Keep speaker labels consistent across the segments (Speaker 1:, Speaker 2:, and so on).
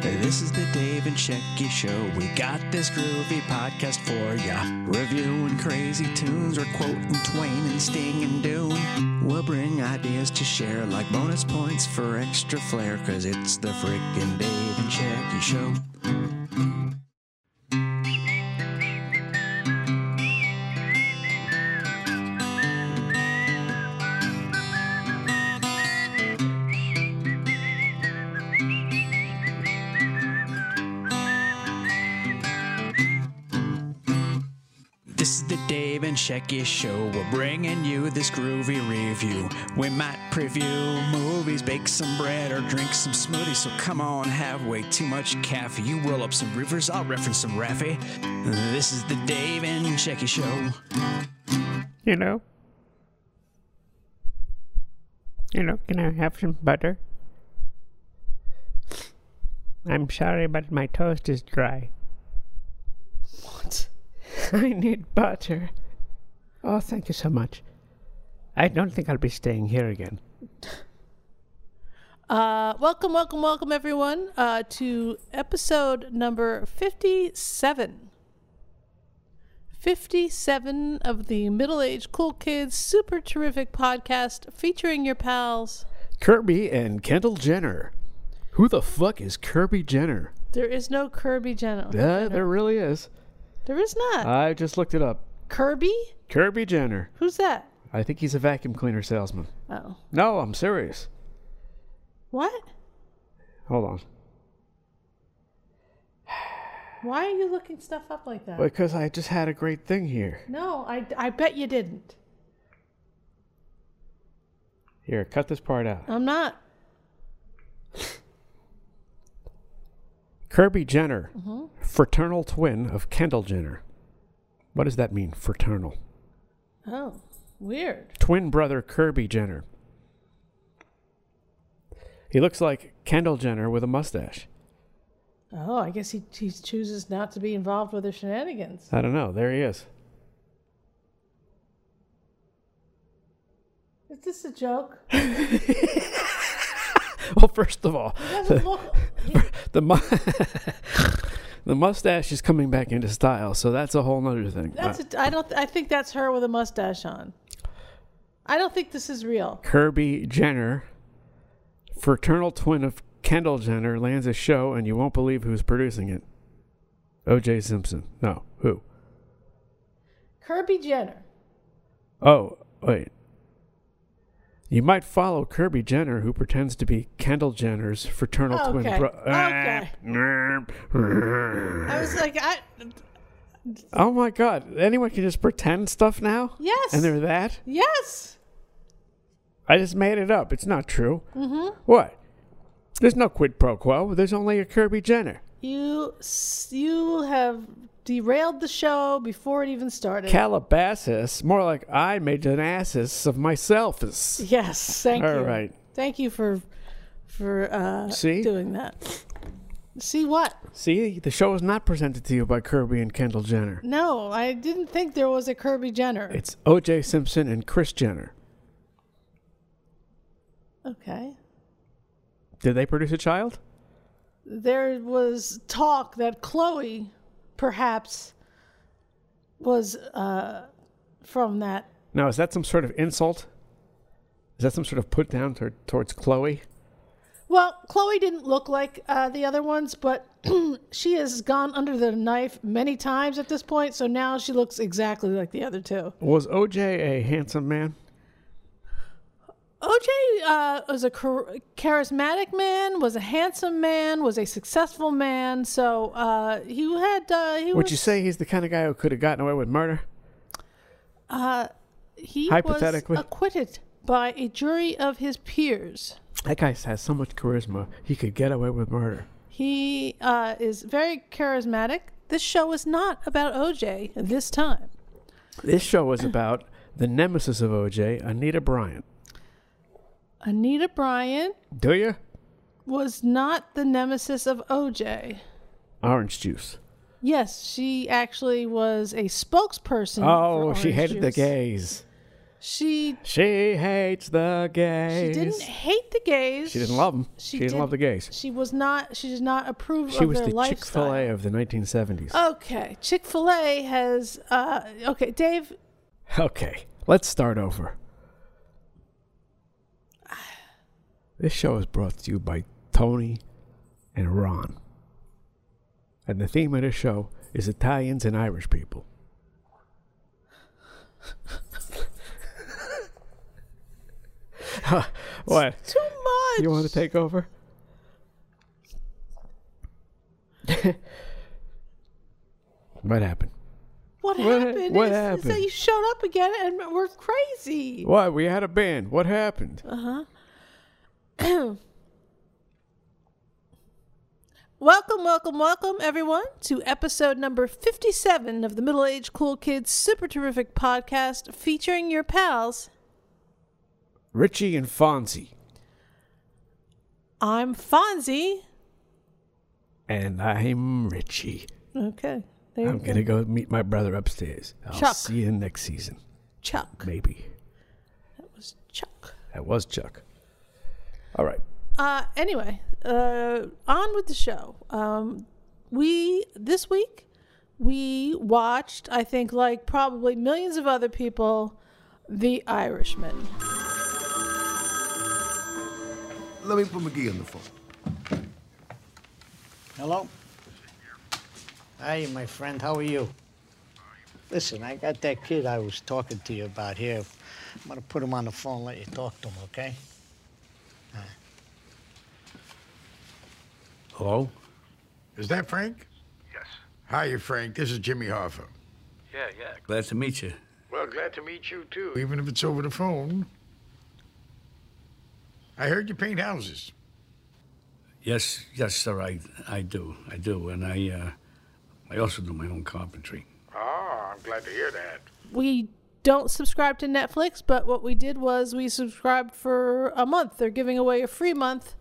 Speaker 1: This is the Dave and Shecky Show. We got this groovy podcast for ya. Reviewing crazy tunes, we're quoting Twain and Sting and Dune. We'll bring ideas to share, like bonus points for extra flair, cause it's the frickin' Dave and Shecky Show. This is the Dave and Shecky Show. We're bringing you this groovy review. We might preview movies, bake some bread, or drink some smoothies. So come on, have way too much caffeine. You roll up some rivers, I'll reference some Raffy. This is the Dave and Shecky Show.
Speaker 2: You know? You know, can I have some butter? I'm sorry, but my toast is dry.
Speaker 3: What?
Speaker 2: I need butter. Oh, thank you so much. I don't think I'll be staying here again.
Speaker 3: Uh, welcome, welcome, welcome, everyone, uh, to episode number 57. 57 of the Middle Age Cool Kids Super Terrific Podcast featuring your pals.
Speaker 4: Kirby and Kendall Jenner. Who the fuck is Kirby Jenner?
Speaker 3: There is no Kirby Jenner.
Speaker 4: Yeah, Uh, there really is.
Speaker 3: There is not.
Speaker 4: I just looked it up.
Speaker 3: Kirby?
Speaker 4: Kirby Jenner.
Speaker 3: Who's that?
Speaker 4: I think he's a vacuum cleaner salesman.
Speaker 3: Oh.
Speaker 4: No, I'm serious.
Speaker 3: What?
Speaker 4: Hold on.
Speaker 3: Why are you looking stuff up like that?
Speaker 4: Because I just had a great thing here.
Speaker 3: No, I, I bet you didn't.
Speaker 4: Here, cut this part out.
Speaker 3: I'm not.
Speaker 4: Kirby Jenner,
Speaker 3: Mm-hmm.
Speaker 4: fraternal twin of Kendall Jenner. What does that mean, fraternal?
Speaker 3: Oh, weird.
Speaker 4: Twin brother Kirby Jenner. He looks like Kendall Jenner with a mustache.
Speaker 3: Oh, I guess he, he chooses not to be involved with the shenanigans.
Speaker 4: I don't know. There he is.
Speaker 3: Is this a joke?
Speaker 4: Well, first of all,
Speaker 3: doesn't look.
Speaker 4: the mu- the mustache is coming back into style, so that's a whole nother thing.
Speaker 3: That's
Speaker 4: Uh,
Speaker 3: a, I don't. I think that's her with a mustache on. I don't think this is real.
Speaker 4: Kirby Jenner, fraternal twin of Kendall Jenner, lands a show, and you won't believe who's producing it. O.J. Simpson. No, who?
Speaker 3: Kirby Jenner.
Speaker 4: Oh, wait. You might follow Kirby Jenner, who pretends to be Kendall Jenner's fraternal
Speaker 3: Okay.
Speaker 4: twin Eh, brother.
Speaker 3: Okay. I was like, I
Speaker 4: Oh my God! Anyone can just pretend stuff now.
Speaker 3: Yes.
Speaker 4: And they're that.
Speaker 3: yes.
Speaker 4: I just made it up. It's not true. Mm-hmm. What? There's no quid pro quo. There's only a Kirby Jenner.
Speaker 3: You s- you have derailed the show before it even started.
Speaker 4: Calabasas, more like I made an asses of myself. Is
Speaker 3: yes. Thank
Speaker 4: all
Speaker 3: you.
Speaker 4: right.
Speaker 3: Thank you for for uh,
Speaker 4: See?
Speaker 3: doing that. See what?
Speaker 4: See, the show is not presented to you by Kirby and Kendall Jenner.
Speaker 3: No, I didn't think there was a Kirby Jenner.
Speaker 4: It's O.J. Simpson and Chris Jenner.
Speaker 3: okay.
Speaker 4: Did they produce a child?
Speaker 3: there was talk that Chloe perhaps was uh, from that.
Speaker 4: Now, is that some sort of insult? Is that some sort of put down tor- towards Chloe?
Speaker 3: Well, Chloe didn't look like uh, the other ones, but she has gone under the knife many times at this point, so now she looks exactly like the other two.
Speaker 4: Was O.J. a handsome man?
Speaker 3: OJ uh, was a char- charismatic man, was a handsome man, was a successful man, so uh, he had uh, he
Speaker 4: Would
Speaker 3: was
Speaker 4: you say he's the kind of guy who could have gotten away with murder?
Speaker 3: he
Speaker 4: hypothetically-
Speaker 3: was acquitted by a jury of his peers.
Speaker 4: That guy has so much charisma, he could get away with murder.
Speaker 3: He uh, is very charismatic. This show is not about OJ this time.
Speaker 4: This show is about the nemesis of OJ, Anita Bryant.
Speaker 3: Anita Bryant
Speaker 4: Do you?
Speaker 3: was not the nemesis of OJ.
Speaker 4: Orange juice.
Speaker 3: Yes, she actually was a spokesperson. for
Speaker 4: Oh, she
Speaker 3: Orange
Speaker 4: hated the
Speaker 3: Juice.
Speaker 4: gays.
Speaker 3: She
Speaker 4: She hates the
Speaker 3: she
Speaker 4: gays.
Speaker 3: didn't hate the gays.
Speaker 4: She didn't love them.
Speaker 3: She
Speaker 4: She, didn't love the
Speaker 3: didn't-
Speaker 4: gays.
Speaker 3: She was not. She did not approve
Speaker 4: She
Speaker 3: of
Speaker 4: was
Speaker 3: their
Speaker 4: the Chick
Speaker 3: lifestyle. Oh.
Speaker 4: Fil A of the 1970s.
Speaker 3: Okay, Chick Fil A has. Uh, okay, Dave.
Speaker 4: okay, let's start over. This show is brought to you by Tony and Ron, and the theme of this show is Italians and Irish people. what?
Speaker 3: Too much.
Speaker 4: You want to take over? what happened?
Speaker 3: what
Speaker 4: What-
Speaker 3: happened?
Speaker 4: what
Speaker 3: is, Is that
Speaker 4: happened?
Speaker 3: you showed up again and we're crazy.
Speaker 4: What? We had a band. What happened?
Speaker 3: Welcome, welcome, welcome, everyone, to episode number 57 of the Middle Age Cool Kids Super Terrific podcast featuring your pals.
Speaker 4: Richie and Fonzie.
Speaker 3: I'm Fonzie.
Speaker 4: And I'm Richie.
Speaker 3: Okay, there you
Speaker 4: I'm
Speaker 3: go.
Speaker 4: going to go meet my brother upstairs. I'll
Speaker 3: Chuck.
Speaker 4: see you next season.
Speaker 3: Chuck.
Speaker 4: Maybe.
Speaker 3: That was Chuck.
Speaker 4: That was Chuck. All right.
Speaker 3: Uh, anyway, uh, on with the show. Um, we this week we watched, I think, like probably millions of other people, The Irishman.
Speaker 5: Let me put McGee on the phone.
Speaker 6: Hello? Hi, my friend. How are you? Listen, I got that kid I was talking to you about here. I'm going to put him on the phone and let you talk to him, okay?
Speaker 4: Hello?
Speaker 5: Is that Frank?
Speaker 7: Yes.
Speaker 5: Hi, Frank. This is Jimmy Hoffa.
Speaker 7: Yeah, yeah.
Speaker 8: Glad to meet you.
Speaker 7: Well, glad to meet you too.
Speaker 5: Even if it's over the phone. I heard you paint houses.
Speaker 8: Yes, yes, sir. I, I do, I do, and I, uh, I also do my own carpentry.
Speaker 9: Ah,
Speaker 7: Oh, I'm glad to hear that.
Speaker 3: we don't subscribe to Netflix, but what we did was we subscribed for a month. They're giving away a free month,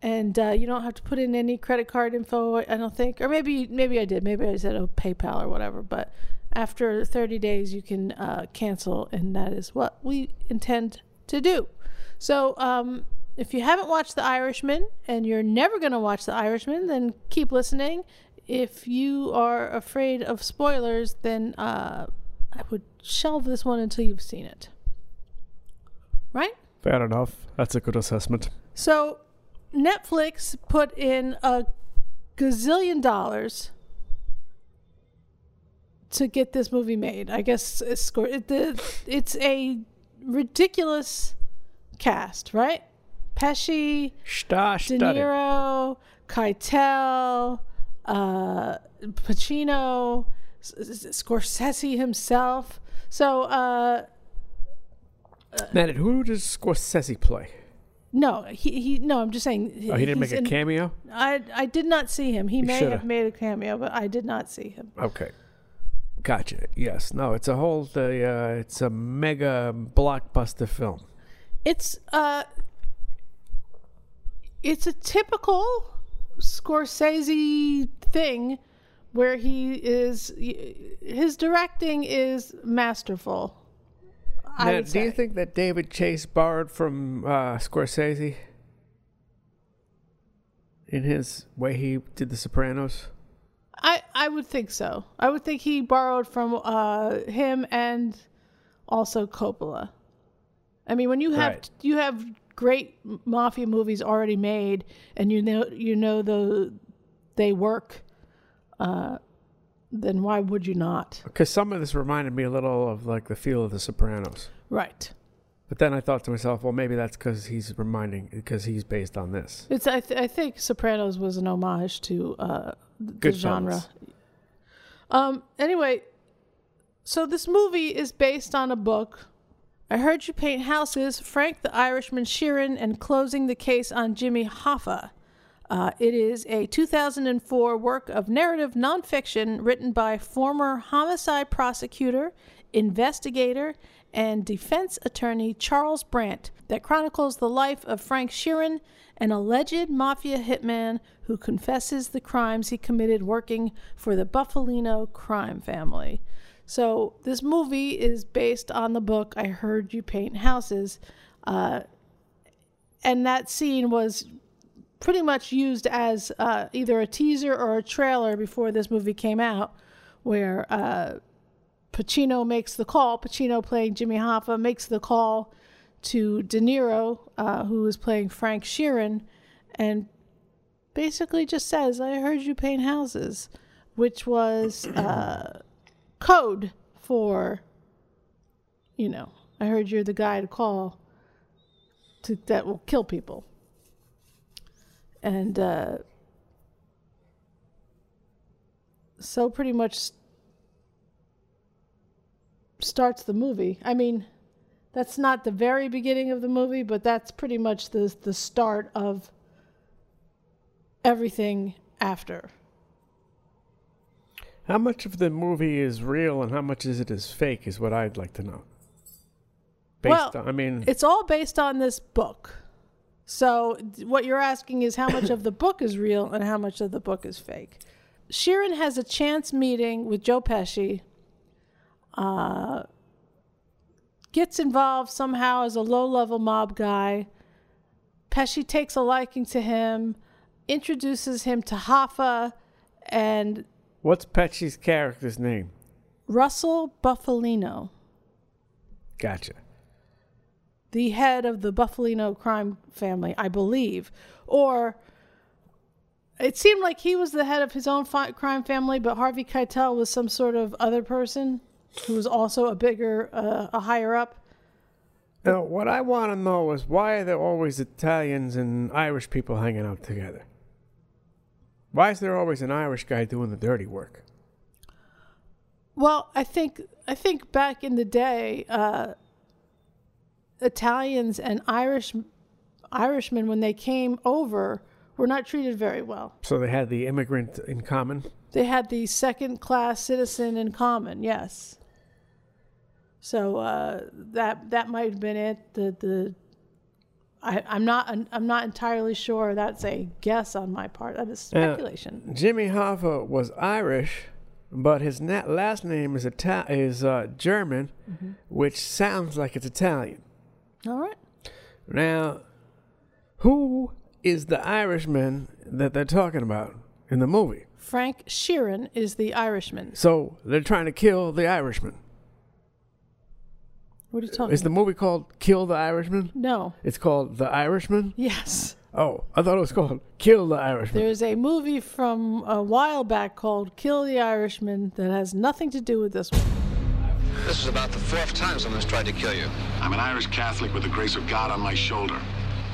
Speaker 3: and uh, you don't have to put in any credit card info. I don't think, or maybe maybe I did. Maybe I said oh PayPal or whatever. But after 30 days, you can uh, cancel, and that is what we intend to do. So um, if you haven't watched The Irishman and you're never going to watch The Irishman, then keep listening. If you are afraid of spoilers, then uh, I would shelve this one until you've seen it. Right?
Speaker 4: Fair enough. That's a good assessment.
Speaker 3: So Netflix put in a gazillion dollars to get this movie made. I guess it's score- it- the- it's a ridiculous cast, right? Pesci,
Speaker 4: Star
Speaker 3: De
Speaker 4: studded.
Speaker 3: Niro, Keitel, uh, Pacino, S- S- Scorsese himself. So uh,
Speaker 4: Now, did- who does Scorsese play?
Speaker 3: No, he, he no. I'm just saying.
Speaker 4: Oh, he didn't
Speaker 3: he's
Speaker 4: make a
Speaker 3: in-
Speaker 4: cameo?
Speaker 3: I I did not see him. He may
Speaker 4: shoulda.
Speaker 3: have made a cameo, but I did not see him.
Speaker 4: Okay. Gotcha. Yes. No, it's a whole, uh, it's a mega blockbuster film.
Speaker 3: It's uh, it's a typical Scorsese thing where he is his directing is masterful. I
Speaker 4: Now,
Speaker 3: would
Speaker 4: do
Speaker 3: say.
Speaker 4: you think that David Chase borrowed from uh, Scorsese in his way he did The Sopranos?
Speaker 3: I I would think so. I would think he borrowed from uh him and also Coppola. I mean, when you have
Speaker 4: Right.
Speaker 3: you have great m- mafia movies already made, and you know you know the they work, uh, then why would you not?
Speaker 4: Because some of this reminded me a little of like the feel of The Sopranos.
Speaker 3: Right.
Speaker 4: But then I thought to myself, well, maybe that's because he's reminding because he's based on this.
Speaker 3: It's I th- I think Sopranos was an homage to uh th- the
Speaker 4: Good
Speaker 3: genre. Um. Anyway, so this movie is based on a book. I heard you paint houses. Frank the Irishman Sheeran and closing the case on Jimmy Hoffa. Uh, it is a 2004 work of narrative nonfiction written by former homicide prosecutor, investigator, and defense attorney Charles Brandt that chronicles the life of Frank Sheeran, an alleged mafia hitman who confesses the crimes he committed working for the Buffalino crime family. So this movie is based on the book I Heard You Paint Houses. Uh, and that scene was pretty much used as uh, either a teaser or a trailer before this movie came out, where uh, Pacino makes the call. Pacino playing Jimmy Hoffa makes the call to De Niro, uh, who is playing Frank Sheeran, and basically just says, "I heard you paint houses," which was uh, code for, you know, I heard you're the guy to call to, that will kill people. And uh, so pretty much s- starts the movie. I mean, that's not the very beginning of the movie, but that's pretty much the the start of everything after.
Speaker 4: How much of the movie is real and how much is it is fake is what I'd like to know. Based
Speaker 3: Well,
Speaker 4: on, I mean,
Speaker 3: It's all based on this book. So d- what you're asking is how much of the book is real and how much of the book is fake. Sheeran has a chance meeting with Joe Pesci. Uh, gets involved somehow as a low-level mob guy. Pesci takes a liking to him, introduces him to Hoffa, and
Speaker 4: what's Pesci's character's name?
Speaker 3: Russell Buffalino,
Speaker 4: Gotcha.
Speaker 3: the head of the Buffalino crime family, I believe. Or it seemed like he was the head of his own fi- crime family, but Harvey Keitel was some sort of other person who was also a bigger, uh, a higher up.
Speaker 4: Now, what I want to know is why are there always Italians and Irish people hanging out together? Why is there always an Irish guy doing the dirty work?
Speaker 3: Well, I think I think back in the day, uh, Italians and Irish Irishmen when they came over were not treated very well.
Speaker 4: So they had the immigrant in common.
Speaker 3: They had the second class citizen in common, yes. So uh, that that might have been it. The the I, I'm not I'm not entirely sure. That's a guess on my part. That is
Speaker 4: Yeah.
Speaker 3: speculation.
Speaker 4: Jimmy Hoffa was Irish, but his na- last name is Ita- is uh, German, which sounds like it's Italian.
Speaker 3: All right.
Speaker 4: Now, who is the Irishman that they're talking about in the movie?
Speaker 3: Frank Sheeran is the Irishman.
Speaker 4: So they're trying to kill the Irishman.
Speaker 3: What are you talking?
Speaker 4: Is the movie called Kill the Irishman?
Speaker 3: no.
Speaker 4: It's called The Irishman?
Speaker 3: Yes.
Speaker 4: Oh, I thought it was called Kill the Irishman.
Speaker 3: There's a movie from a while back called Kill the Irishman that has nothing to do with this one.
Speaker 10: This is about the fourth time someone's tried to kill you.
Speaker 11: I'm an Irish Catholic with the grace of God on my shoulder.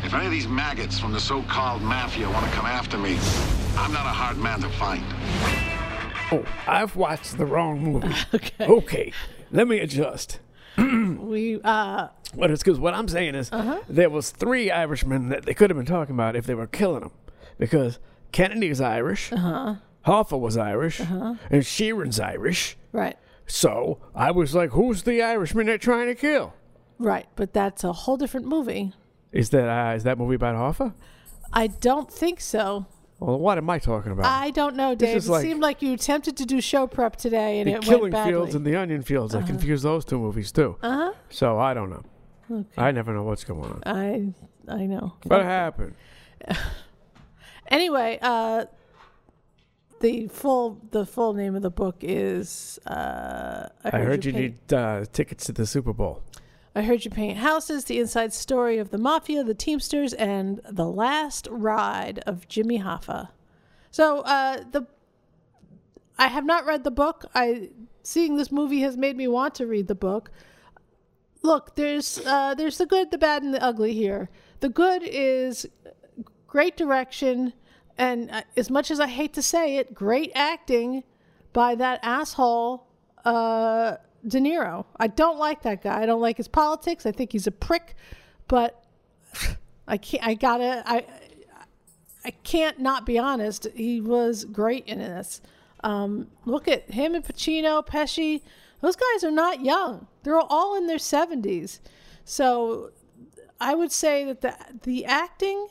Speaker 11: If any of these maggots from the so-called mafia want to come after me, I'm not a hard man to find.
Speaker 4: Oh, I've watched the wrong movie.
Speaker 3: Okay.
Speaker 4: okay, let me adjust.
Speaker 3: We uh
Speaker 4: But it's because what I'm saying is there was three Irishmen that they could have been talking about if they were killing them, because Kennedy is Irish, Hoffa was Irish, and Sheeran's Irish.
Speaker 3: right.
Speaker 4: So I was like, "Who's the Irishman they're trying to kill?"
Speaker 3: Right, but that's a whole different movie.
Speaker 4: Is that uh, is that movie about Hoffa?
Speaker 3: I don't think so.
Speaker 4: Well, what am I talking about?
Speaker 3: I don't know, Dave.
Speaker 4: is
Speaker 3: It
Speaker 4: like-
Speaker 3: seemed like you attempted to do show prep today, and
Speaker 4: the
Speaker 3: it went
Speaker 4: Killing
Speaker 3: badly. Uh-huh.
Speaker 4: Fields and the Onion Fields. I confuse those two movies too. Uh-huh. So I don't know. I never know what's going on.
Speaker 3: I I know.
Speaker 4: What happened?
Speaker 3: Anyway, uh, the full the full name of the book is uh,
Speaker 4: I heard you
Speaker 3: Paint-
Speaker 4: need uh, tickets to the Super Bowl.
Speaker 3: I heard you paint houses. The inside story of the mafia, the Teamsters, and the last ride of Jimmy Hoffa. So uh, the I have not read the book. I seeing this movie has made me want to read the book. Look, there's uh, there's the good, the bad, and the ugly here. The good is great direction, and uh, as much as I hate to say it, great acting by that asshole uh, De Niro. I don't like that guy. I don't like his politics. I think he's a prick, but I can't. I gotta. I I can't not be honest. He was great in this. Um, look at him and Pacino, Pesci. Those guys are not young. They're all in their seventies. So I would say that the the acting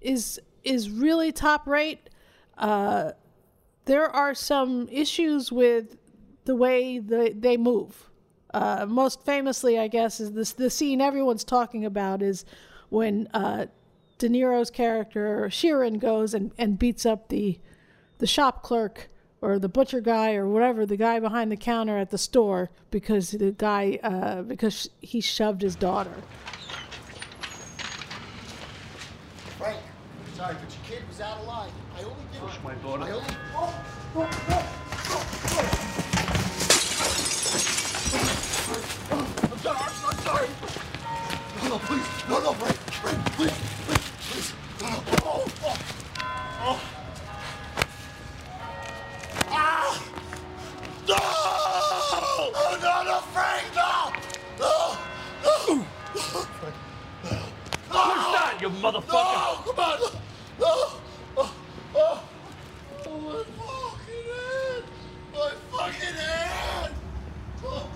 Speaker 3: is is really top rate. Uh, there are some issues with the way the, they move. Uh, most famously, I guess, is this the scene everyone's talking about is when uh, De Niro's character Sheeran goes and, and beats up the the shop clerk or the butcher guy or whatever the guy behind the counter at the store because the guy uh, because he shoved his daughter.
Speaker 12: Frank, sorry, but your kid was out of line. I only did. Push my daughter. I only.
Speaker 11: I'm sorry, I'm sorry. No, no, please. No, no, Frank. Frank, please. Please, please. No, no. Oh, oh. Oh. Ah! No! Oh, no, no, Frank, no! No! No! No! Push down, you motherfucker! No, come on! No! Oh, oh. Oh, my fucking head! My fucking head! Oh.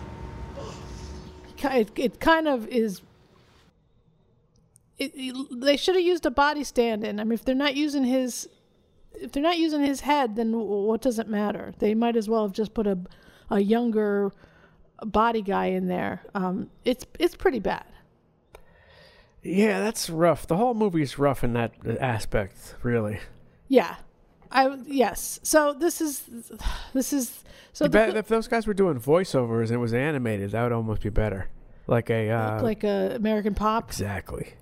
Speaker 3: ki- it, it kind of is it, it- they should have used a body stand-in i mean if they're not using his if they're not using his head then w- what does it matter they might as well have just put a a younger body guy in there um it's it's pretty bad
Speaker 4: Yeah, that's rough. The whole movie's rough in that uh, aspect, really.
Speaker 3: yeah i yes so this is this is so
Speaker 4: You
Speaker 3: the
Speaker 4: bet
Speaker 3: cl-
Speaker 4: if those guys were doing voiceovers and it was animated, that would almost be better. Like a uh,
Speaker 3: like a american pop
Speaker 4: exactly.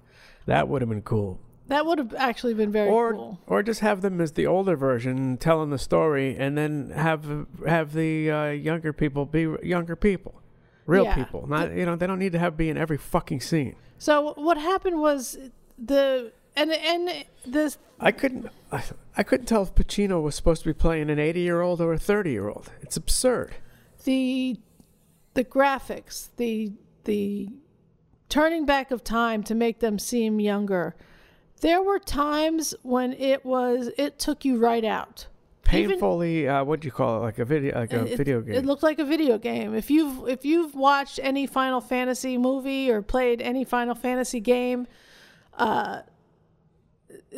Speaker 4: That would have been cool.
Speaker 3: that would have actually been very cool
Speaker 4: Or just have them as the older version telling the story, and then have have the uh, younger people be younger people, real
Speaker 3: Yeah.
Speaker 4: people. Not you know they don't need to have be in every fucking scene.
Speaker 3: so what happened was the and and this
Speaker 4: I couldn't I, I couldn't tell if Pacino was supposed to be playing an eighty year old or a thirty year old. It's absurd.
Speaker 3: the the graphics, the the turning back of time to make them seem younger. There were times when it was it took you right out.
Speaker 4: Painfully, uh, what do you call it? Like a video, like a
Speaker 3: it,
Speaker 4: video game.
Speaker 3: It looked like a video game. If you've if you've watched any Final Fantasy movie or played any Final Fantasy game, uh,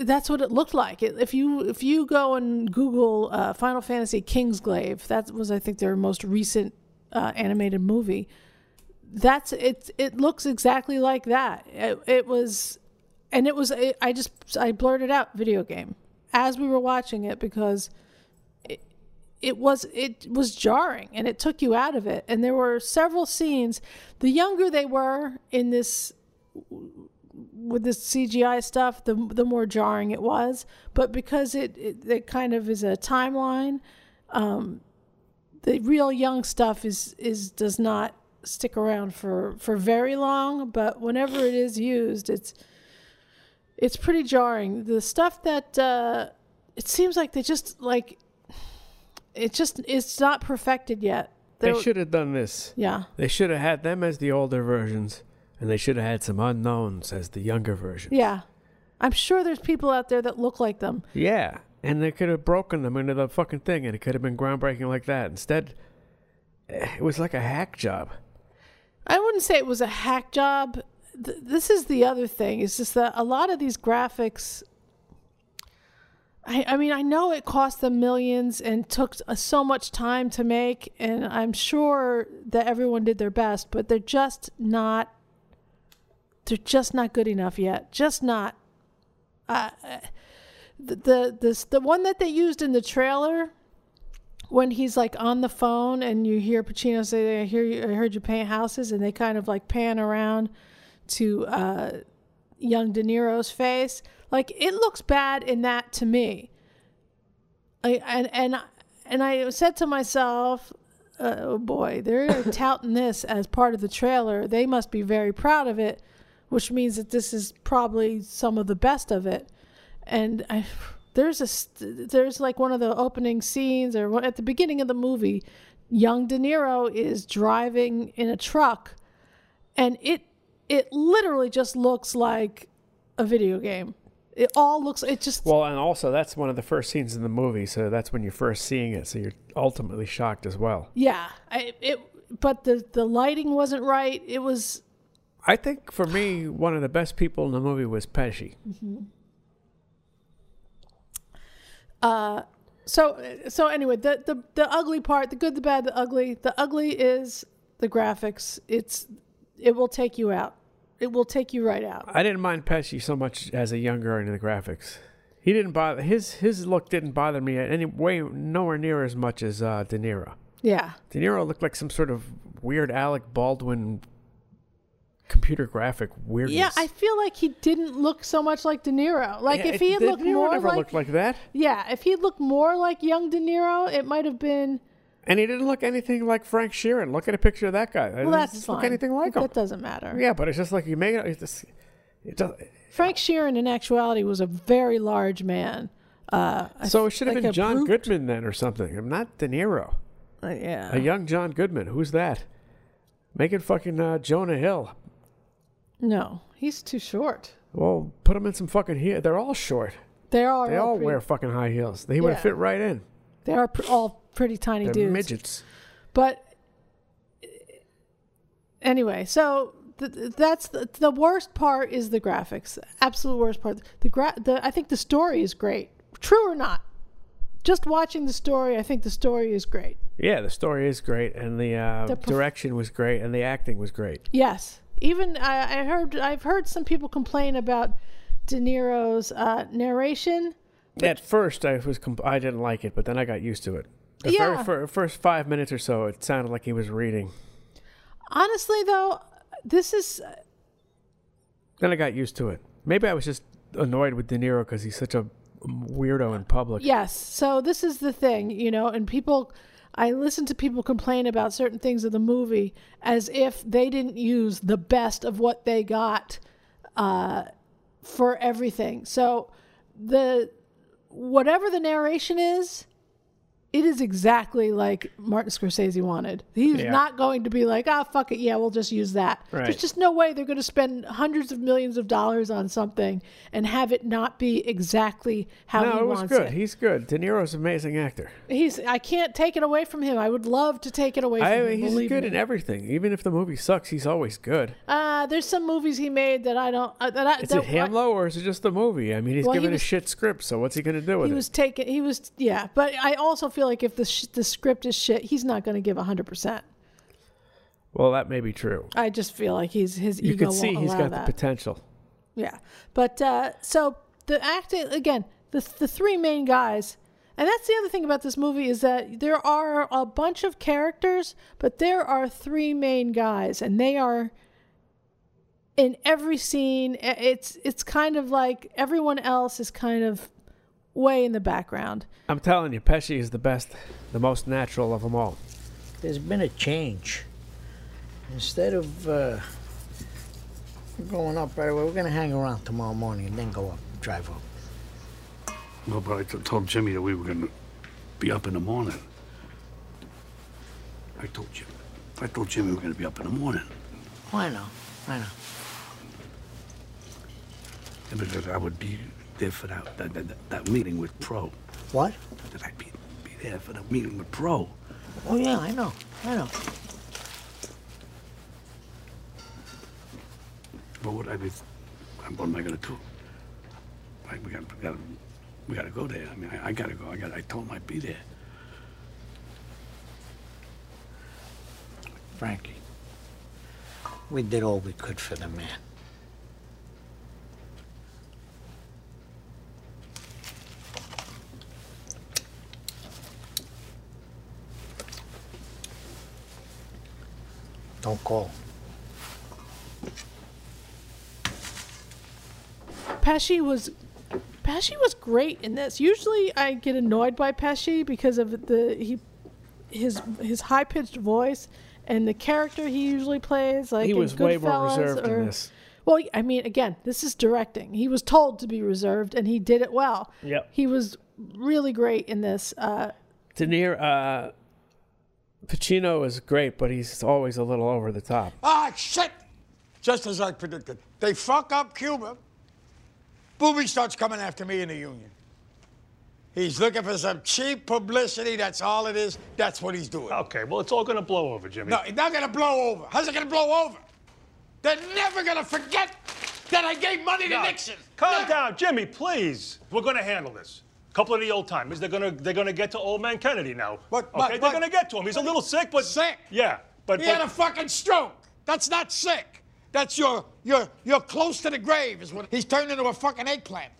Speaker 3: that's what it looked like. It, if you if you go and Google uh, Final Fantasy Kingsglaive, that was I think their most recent uh, animated movie. That's it. It looks exactly like that. It, it was, and it was. I I just I blurted out video game as we were watching it because it was it was jarring and it took you out of it and there were several scenes the younger they were in this with this CGI stuff the the more jarring it was but because it it, it kind of is a timeline um the real young stuff is is does not stick around for for very long but whenever it is used it's it's pretty jarring the stuff that uh it seems like they just like it just it's not perfected yet
Speaker 4: they
Speaker 3: There-
Speaker 4: should have done this.
Speaker 3: yeah
Speaker 4: They should have had them as the older versions, and they should have had some unknowns as the younger version.
Speaker 3: yeah i'm sure there's people out there that look like them
Speaker 4: Yeah, and they could have broken them into the fucking thing, and it could have been groundbreaking like that. Instead, eh, it was like a hack job.
Speaker 3: I wouldn't say it was a hack job. Th- this is the other thing. It's just that a lot of these graphics. I, I mean, I know it cost them millions and took uh, so much time to make, and I'm sure that everyone did their best, but they're just not. They're just not good enough yet. Just not. Uh, uh, the the this, the one that they used in the trailer when he's like on the phone and you hear Pacino say, "I hear you, I heard you paint houses," and they kind of like pan around to uh, young De Niro's face. Like it looks bad in that to me. I and and and I said to myself, uh, "Oh boy, they're touting this as part of the trailer. They must be very proud of it." Which means that this is probably some of the best of it and I there's a st- there's like one of the opening scenes or one, at the beginning of the movie, young De Niro is driving in a truck, and it it literally just looks like a video game. It all looks it just
Speaker 4: Well, and also that's one of the first scenes in the movie, so that's when you're first seeing it. So you're ultimately shocked as well.
Speaker 3: yeah I, it but the the lighting wasn't right. It was
Speaker 4: I think for me, one of the best people in the movie was Pesci.
Speaker 3: uh So so anyway, the, the the ugly part, the good, the bad, the ugly. The ugly is the graphics. It's it will take you out. It will take you right out.
Speaker 4: I didn't mind Pesci so much as a young girl into the graphics. He didn't bother his his look didn't bother me at any way nowhere near as much as uh, De Niro.
Speaker 3: Yeah.
Speaker 4: De Niro looked like some sort of weird Alec Baldwin computer graphic weirdness.
Speaker 3: Yeah, I feel like he didn't look so much like De Niro. Like
Speaker 4: Yeah,
Speaker 3: if he
Speaker 4: it-
Speaker 3: had
Speaker 4: De
Speaker 3: looked
Speaker 4: Niro
Speaker 3: more
Speaker 4: never
Speaker 3: like
Speaker 4: looked like that,
Speaker 3: yeah, if he looked more like young De Niro, it might have been
Speaker 4: and he didn't look anything like Frank Sheeran. Look at a picture of that guy.
Speaker 3: well. That's
Speaker 4: doesn't look
Speaker 3: fine.
Speaker 4: anything like him.
Speaker 3: That doesn't matter.
Speaker 4: Yeah, but it's just like you make it. It's just, it does,
Speaker 3: Frank Sheeran, in actuality, was a very large man. Uh, I
Speaker 4: so it
Speaker 3: f-
Speaker 4: should have
Speaker 3: like
Speaker 4: been
Speaker 3: a
Speaker 4: John
Speaker 3: brute-
Speaker 4: Goodman then, or something. I'm not De Niro.
Speaker 3: Uh, yeah.
Speaker 4: A young John Goodman. Who's that? Make it fucking uh, Jonah Hill.
Speaker 3: No, he's too short.
Speaker 4: Well, put him in some fucking heel. They're all short.
Speaker 3: They are.
Speaker 4: they all
Speaker 3: pretty-
Speaker 4: wear fucking high heels. They would
Speaker 3: Yeah.
Speaker 4: have fit right in.
Speaker 3: They are pr- all pretty tiny
Speaker 4: They're
Speaker 3: dudes.
Speaker 4: midgets.
Speaker 3: But anyway, so th- that's the, the worst part is the graphics. Absolute worst part. The gra- the I think the story is great. True or not, just watching the story, I think the story is great.
Speaker 4: Yeah, the story is great, and the, uh,
Speaker 3: The perf-
Speaker 4: direction was great, and the acting was great.
Speaker 3: Yes. Even I, I heard I've heard some people complain about De Niro's uh, narration.
Speaker 4: At first, I was comp- I didn't like it, but then I got used to it. The
Speaker 3: Yeah.
Speaker 4: very fir- first five minutes or so, it sounded like he was reading.
Speaker 3: Honestly, though, this is
Speaker 4: Then I got used to it. Maybe I was just annoyed with De Niro because he's such a mm, weirdo in public.
Speaker 3: Yes. So this is the thing, you know, and people, I listen to people complain about certain things of the movie as if they didn't use the best of what they got uh, for everything. So the whatever the narration is, it is exactly like Martin Scorsese wanted. He's
Speaker 11: Yeah.
Speaker 3: not going to be like, ah, fuck it, yeah, we'll just use that. There's
Speaker 11: Right.
Speaker 3: just no way they're going to spend hundreds of millions of dollars on something and have it not be exactly how
Speaker 4: no,
Speaker 3: he
Speaker 4: it was
Speaker 3: wants
Speaker 4: good.
Speaker 3: it.
Speaker 4: He's good. De Niro's an amazing actor.
Speaker 3: He's. I can't take it away from him. I would love to take it away from
Speaker 4: I,
Speaker 3: him.
Speaker 4: he's
Speaker 3: believe
Speaker 4: good
Speaker 3: me.
Speaker 4: in everything. Even if the movie sucks, he's always good.
Speaker 3: Uh, there's some movies he made that I don't. Uh, that I,
Speaker 4: Is
Speaker 3: that
Speaker 4: it him low or is it just the movie? I mean, he's
Speaker 3: Well, he
Speaker 4: given
Speaker 3: was-
Speaker 4: a shit script, so what's he going to do with
Speaker 3: He
Speaker 4: it?
Speaker 3: was taking. He was. Yeah, but I also feel like if the sh- the script is shit, he's not going to give hundred percent.
Speaker 4: well, that may be true.
Speaker 3: I just feel like he's his
Speaker 4: You
Speaker 3: ego
Speaker 4: can see
Speaker 3: won't
Speaker 4: he's
Speaker 3: allow
Speaker 4: got
Speaker 3: that.
Speaker 4: the potential.
Speaker 3: Yeah, but uh, so the acting again, the the three main guys, and that's the other thing about this movie is that there are a bunch of characters, but there are three main guys, and they are in every scene. I- It's it's kind of like everyone else is kind of way in the background.
Speaker 4: I'm telling you, Pesci is the best, the most natural of them all.
Speaker 6: There's been a change. Instead of uh, going up right away, we're going to hang around tomorrow morning and then go up, drive up.
Speaker 8: Well, but I t- told Jimmy that we were going to be up in the morning. I told Jimmy. I told Jimmy we were going to be up in the morning.
Speaker 6: Oh, I know, I know.
Speaker 8: And that I would be there for that, that, that, that meeting with Pro.
Speaker 6: What?
Speaker 8: That I'd be, be there for the meeting with Pro.
Speaker 6: Oh, yeah, I know, I know.
Speaker 8: But what I was, what am I going to do? Like, we got, we got, we got to go there. I mean, I, I got to go. I got. I told him I'd be there.
Speaker 6: Frankie, we did all we could for the man. Don't call.
Speaker 3: Pesci was Pesci was great in this. Usually I get annoyed by Pesci because of the he his his high pitched voice and the character he usually plays. Like
Speaker 4: he
Speaker 3: in
Speaker 4: was way more
Speaker 3: Goodfellas
Speaker 4: reserved
Speaker 3: or-
Speaker 4: in this.
Speaker 3: Well, I mean, again, this is directing. He was told to be reserved, and he did it well.
Speaker 4: Yep.
Speaker 3: He was really great in this. Uh,
Speaker 4: De Niro, uh, Pacino is great, but he's always a little over the top.
Speaker 11: Ah, shit! Just as I predicted. They fuck up Cuba. Booby starts coming after me in the union. He's looking for some cheap publicity. That's all it is. That's what he's doing.
Speaker 13: Okay, well, it's all going to blow over, Jimmy.
Speaker 11: No, it's not going to blow over. How's it going to blow over? They're never going to forget that I gave money to
Speaker 13: No.
Speaker 11: Nixon.
Speaker 13: Calm down, Jimmy, please. We're going to handle this. couple of the old timers. They're gonna they're gonna get to old man Kennedy now. What? Okay,
Speaker 11: but-
Speaker 13: they're
Speaker 11: but-
Speaker 13: gonna get to him. He's a little sick, but sick. Yeah, but
Speaker 11: he
Speaker 13: but,
Speaker 11: had a fucking stroke. That's not sick. That's your you're you're close to the grave is what he's turned into a fucking eggplant.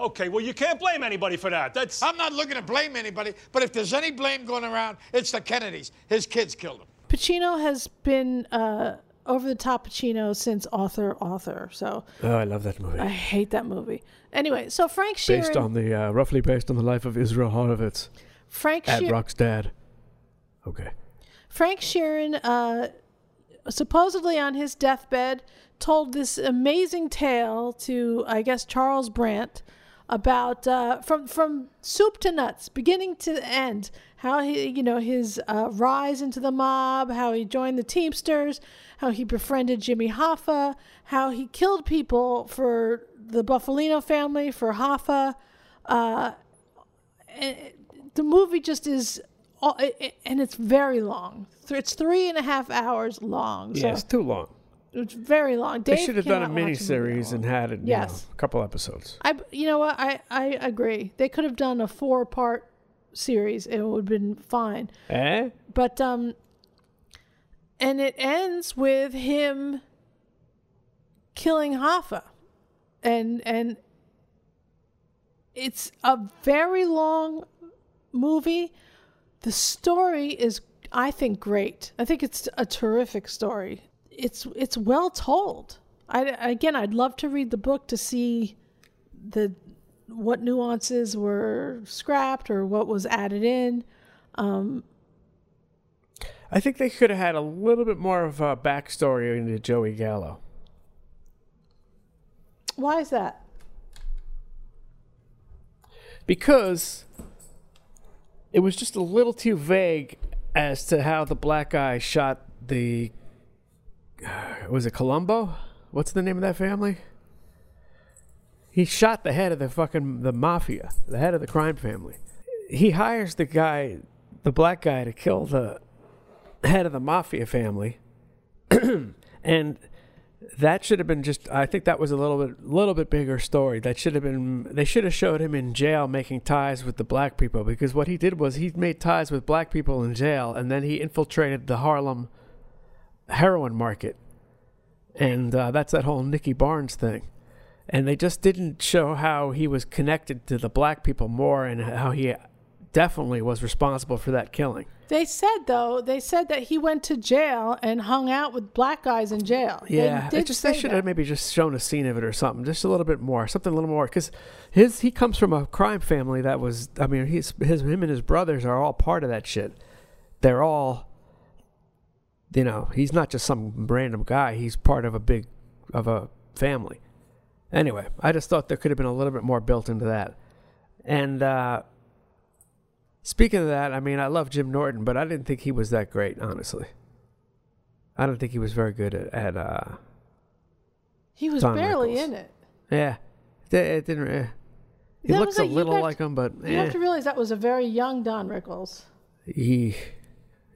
Speaker 13: Okay, well you can't blame anybody for that. That's
Speaker 11: I'm not looking to blame anybody, but if there's any blame going around, it's the Kennedys. His kids killed him.
Speaker 3: Pacino has been uh, over the top Pacino since author author. So
Speaker 4: Oh, I love that movie.
Speaker 3: I hate that movie. Anyway, so Frank Sheeran.
Speaker 4: Based on the uh, roughly based on the life of Israel Horovitz
Speaker 3: Frank
Speaker 4: at
Speaker 3: Sheer-
Speaker 4: Rock's dad. Okay.
Speaker 3: Frank Sheeran, uh, supposedly on his deathbed, told this amazing tale to, I guess, Charles Brandt about uh, from from soup to nuts, beginning to end, how he, you know, his uh, rise into the mob, how he joined the Teamsters, how he befriended Jimmy Hoffa, how he killed people for the Buffalino family, for Hoffa. Uh, the movie just is all, i- i- and it's very long Th- it's three and a half hours long so
Speaker 4: yeah, it's too long.
Speaker 3: it's very long Dave
Speaker 4: they should have done a
Speaker 3: cannot watch
Speaker 4: mini series and had it, you know,
Speaker 3: Yes.
Speaker 4: a couple episodes.
Speaker 3: i you know what i i agree they could have done a four part series it would have been fine
Speaker 4: Eh?
Speaker 3: but um and it ends with him killing Hoffa. And and it's a very long movie. The story is I think great. I think it's a terrific story. It's it's well told. I again I'd love to read the book to see the what nuances were scrapped or what was added in. Um,
Speaker 4: I think they could have had a little bit more of a backstory into Joey Gallo.
Speaker 3: Why is that?
Speaker 4: because it was just a little too vague as to how the black guy shot the uh, was it Columbo? What's the name of that family? He shot the head of the fucking the mafia, the head of the crime family. He hires the guy, the black guy to kill the head of the mafia family. and that should have been just I think that was a little bit little bit bigger story. That should have been they should have showed him in jail making ties with the black people because what he did was he made ties with black people in jail and then he infiltrated the Harlem heroin market. And uh, that's that whole Nicky Barnes thing. And they just didn't show how he was connected to the black people more and how he definitely was responsible for that killing.
Speaker 3: They said though, they said that he went to jail and hung out with black guys in jail. They
Speaker 4: Yeah,
Speaker 3: did
Speaker 4: it just they
Speaker 3: say
Speaker 4: should
Speaker 3: that.
Speaker 4: have maybe just shown a scene of it or something, just a little bit more, something a little more, because his he comes from a crime family that was, I mean, he's his him and his brothers are all part of that shit. They're all, you know, he's not just some random guy. He's part of a big, of a family. Anyway, I just thought there could have been a little bit more built into that. And uh, speaking of that, I mean, I love Jim Norton, but I didn't think he was that great, honestly. I don't think he was very good at, at uh,
Speaker 3: He was
Speaker 4: Don
Speaker 3: barely
Speaker 4: Rickles.
Speaker 3: in it.
Speaker 4: yeah, it, it didn't. eh. He
Speaker 3: That
Speaker 4: looks
Speaker 3: was
Speaker 4: a
Speaker 3: like- you
Speaker 4: little
Speaker 3: have
Speaker 4: like
Speaker 3: to-
Speaker 4: him, but
Speaker 3: You
Speaker 4: eh.
Speaker 3: have to realize that was a very young Don Rickles,
Speaker 4: he,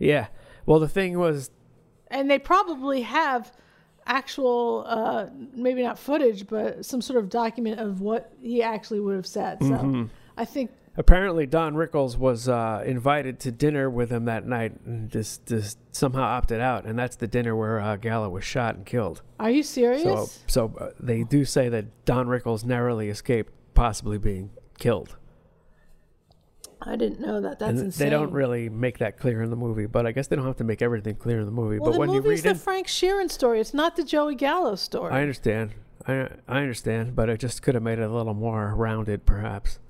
Speaker 4: yeah. Well, the thing was,
Speaker 3: and they probably have actual, uh, maybe not footage, but some sort of document of what he actually would have said. So
Speaker 4: Mhm.
Speaker 3: I think
Speaker 4: apparently Don Rickles was uh, invited to dinner with him that night, and just, just somehow opted out, and that's the dinner where uh, Gallo was shot and killed.
Speaker 3: Are you serious?
Speaker 4: So, so uh, they do say that Don Rickles narrowly escaped possibly being killed.
Speaker 3: I didn't know that. That's
Speaker 4: and
Speaker 3: insane.
Speaker 4: They don't really make that clear in the movie, but I guess they don't have to make everything clear in the movie.
Speaker 3: Well,
Speaker 4: but
Speaker 3: the
Speaker 4: when you
Speaker 3: movie's
Speaker 4: read
Speaker 3: the
Speaker 4: it,
Speaker 3: Frank Sheeran story. It's not the Joey Gallo story.
Speaker 4: I understand. I I understand, but it just could have made it a little more rounded, perhaps.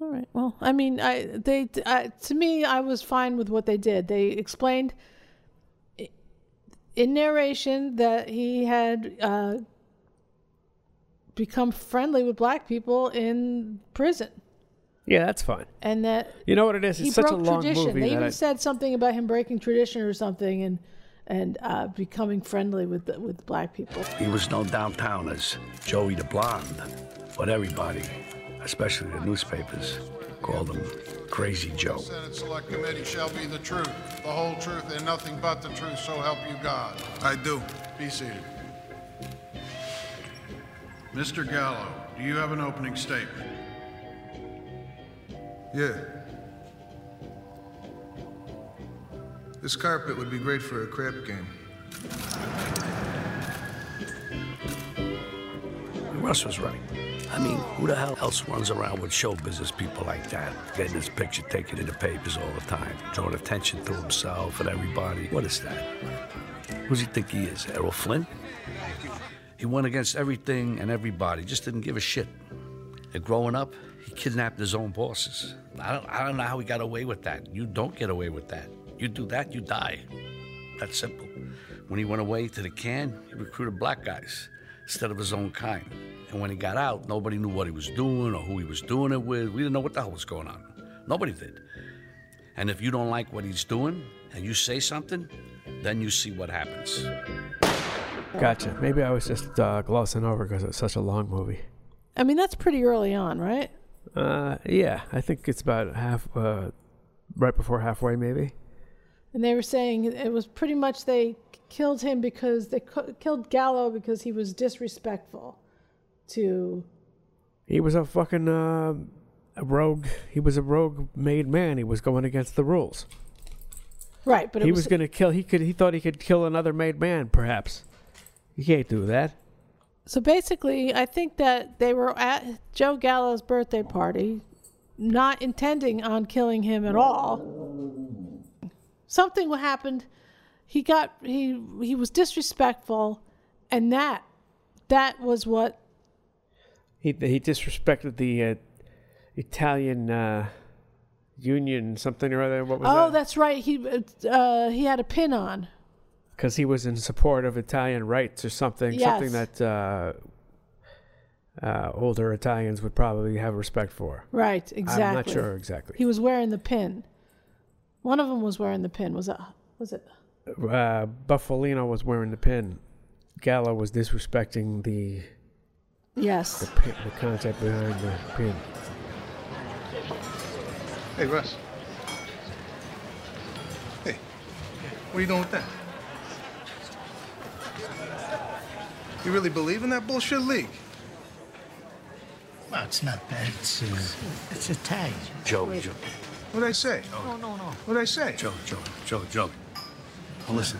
Speaker 3: All right. Well, I mean, I they I, to me, I was fine with what they did. They explained i- in narration that he had uh, become friendly with black people in prison,
Speaker 4: Yeah, that's fine.
Speaker 3: and that
Speaker 4: You know what it is?
Speaker 3: he
Speaker 4: It's such a
Speaker 3: broke
Speaker 4: long
Speaker 3: tradition.
Speaker 4: movie
Speaker 3: they
Speaker 4: that
Speaker 3: even
Speaker 4: I-
Speaker 3: said something about him breaking tradition or something, and and uh, becoming friendly with the, with black people.
Speaker 8: He was known downtown as Joey the Blonde, but everybody, especially the newspapers, called him Crazy Joe.
Speaker 14: Senate Select Committee shall be the truth, the whole truth, and nothing but the truth, so help you God. I do. Be seated. Mr. Gallo, Do you have an opening statement?
Speaker 9: Yeah. This carpet would be great for a crap game.
Speaker 8: Russ was right. I mean, who the hell else runs around with show business people like that? Getting his picture taken in the papers all the time, drawing attention to himself and everybody. What is that? Who does he think he is? Errol Flynn? He went against everything and everybody, just didn't give a shit. And growing up, he kidnapped his own bosses. I don't, I don't know how he got away with that. You don't get away with that. You do that, you die. That's simple. When he went away to the can, he recruited black guys instead of his own kind. And when he got out, nobody knew what he was doing or who he was doing it with. We didn't know what the hell was going on. Nobody did. And if you don't like what he's doing and you say something, then you see what happens.
Speaker 4: Gotcha. Maybe I was just uh, glossing over because it's such a long movie.
Speaker 3: I mean, that's pretty early on, right?
Speaker 4: Uh, yeah, I think it's about half, uh, right before halfway, maybe.
Speaker 3: And they were saying it was pretty much they killed him because they co- killed Gallo because he was disrespectful to.
Speaker 4: He was a fucking uh, a rogue. He was a rogue made man. He was going against the rules.
Speaker 3: Right, but it
Speaker 4: he was, going to kill. He could. He thought he could kill another made man, perhaps. You can't do that.
Speaker 3: So basically, I think that they were at Joe Gallo's birthday party, not intending on killing him at all. Something happened. He got he he was disrespectful, and that that was what
Speaker 4: He he disrespected the uh, Italian uh, union, something or other. What was
Speaker 3: oh, that's right. He uh, he had a pin on.
Speaker 4: because he was in support of Italian rights or something, something that uh, uh, older Italians would probably have respect for.
Speaker 3: Right, exactly.
Speaker 4: I'm not sure exactly.
Speaker 3: He was wearing the pin. One of them was wearing the pin. Was it? Was it?
Speaker 4: Uh, Buffalino was wearing the pin. Gallo was disrespecting the
Speaker 3: Yes.
Speaker 4: the, pin, the concept behind the pin.
Speaker 14: Hey, Russ.
Speaker 9: Hey, what are you doing with that? You really believe in that bullshit league?
Speaker 6: Well, it's not bad. It's, uh, it's Italian.
Speaker 8: Joe, Joe,
Speaker 9: What'd I say?
Speaker 6: No, no, no.
Speaker 9: What'd I say?
Speaker 8: Joe, Joe, Joe, Joe. Now listen.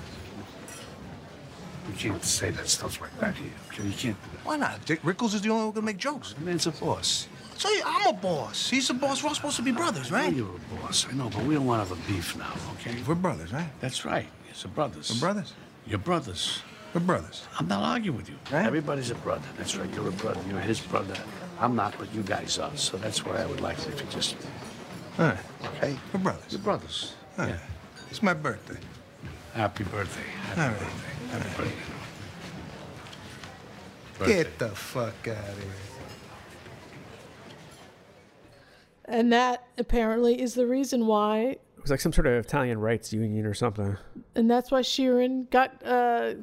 Speaker 8: You can't say that stuff like that here. okay? You can't do that.
Speaker 9: Why not? Dick Rickles is the only one who can make jokes.
Speaker 8: man's a boss.
Speaker 9: So yeah, I'm a boss. He's a boss. We're all supposed to be brothers,
Speaker 8: I
Speaker 9: right?
Speaker 8: know you're a boss. I know, but we don't want to have a beef now, okay?
Speaker 9: We're brothers, right?
Speaker 8: That's right. It's a brothers.
Speaker 9: We're brothers.
Speaker 8: You're brothers.
Speaker 9: We're brothers.
Speaker 8: I'm not arguing with you. Everybody's a brother. That's right. You're a brother. You're his brother. I'm not, but you guys are. So that's why I would like if you just.
Speaker 9: All right.
Speaker 8: Okay.
Speaker 9: We're brothers.
Speaker 8: You're brothers.
Speaker 9: All right. It's my birthday.
Speaker 8: Happy birthday. Happy
Speaker 9: All right.
Speaker 8: birthday. Happy birthday.
Speaker 9: Get the fuck out of here.
Speaker 3: And that apparently is the reason why,
Speaker 4: It was like some sort of Italian rights union or something.
Speaker 3: and that's why Sheeran got uh,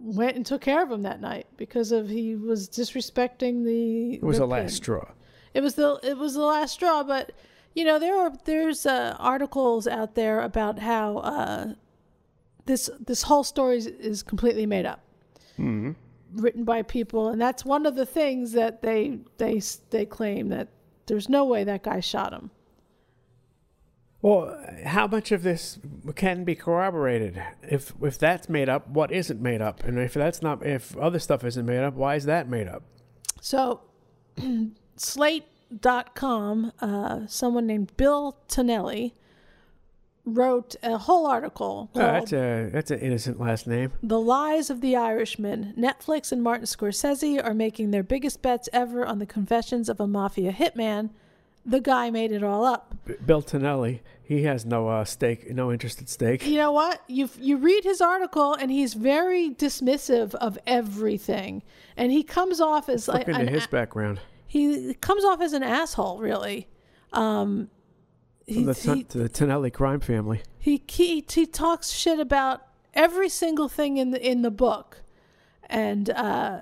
Speaker 3: went and took care of him that night because of he was disrespecting the.
Speaker 4: It was the last straw.
Speaker 3: It was the it was the last straw, but you know there are there's uh, articles out there about how uh, this this whole story is, is completely made up.
Speaker 4: Mm-hmm.
Speaker 3: written by people, and that's one of the things that they they they claim that there's no way that guy shot him.
Speaker 4: Well, how much of this can be corroborated? If if that's made up, what isn't made up? And if that's not, if other stuff isn't made up, why is that made up?
Speaker 3: So, Slate.com, uh, someone named Bill Tonelli wrote a whole article
Speaker 4: Oh,
Speaker 3: called
Speaker 4: that's a that's an innocent last name.
Speaker 3: The Lies of the Irishman. Netflix and Martin Scorsese are making their biggest bets ever on the confessions of a mafia hitman. The guy made it all up.
Speaker 4: B- Bill Tonelli. He has no uh, stake, no interest at stake.
Speaker 3: you know what you you read his article and he's very dismissive of everything and he comes off as
Speaker 4: Look
Speaker 3: like
Speaker 4: into
Speaker 3: an
Speaker 4: his
Speaker 3: a-
Speaker 4: background.
Speaker 3: he comes off as an asshole really um
Speaker 4: From
Speaker 3: he,
Speaker 4: the,
Speaker 3: he,
Speaker 4: Ton- to the Tonelli crime family.
Speaker 3: he he he talks shit about every single thing in the in the book and uh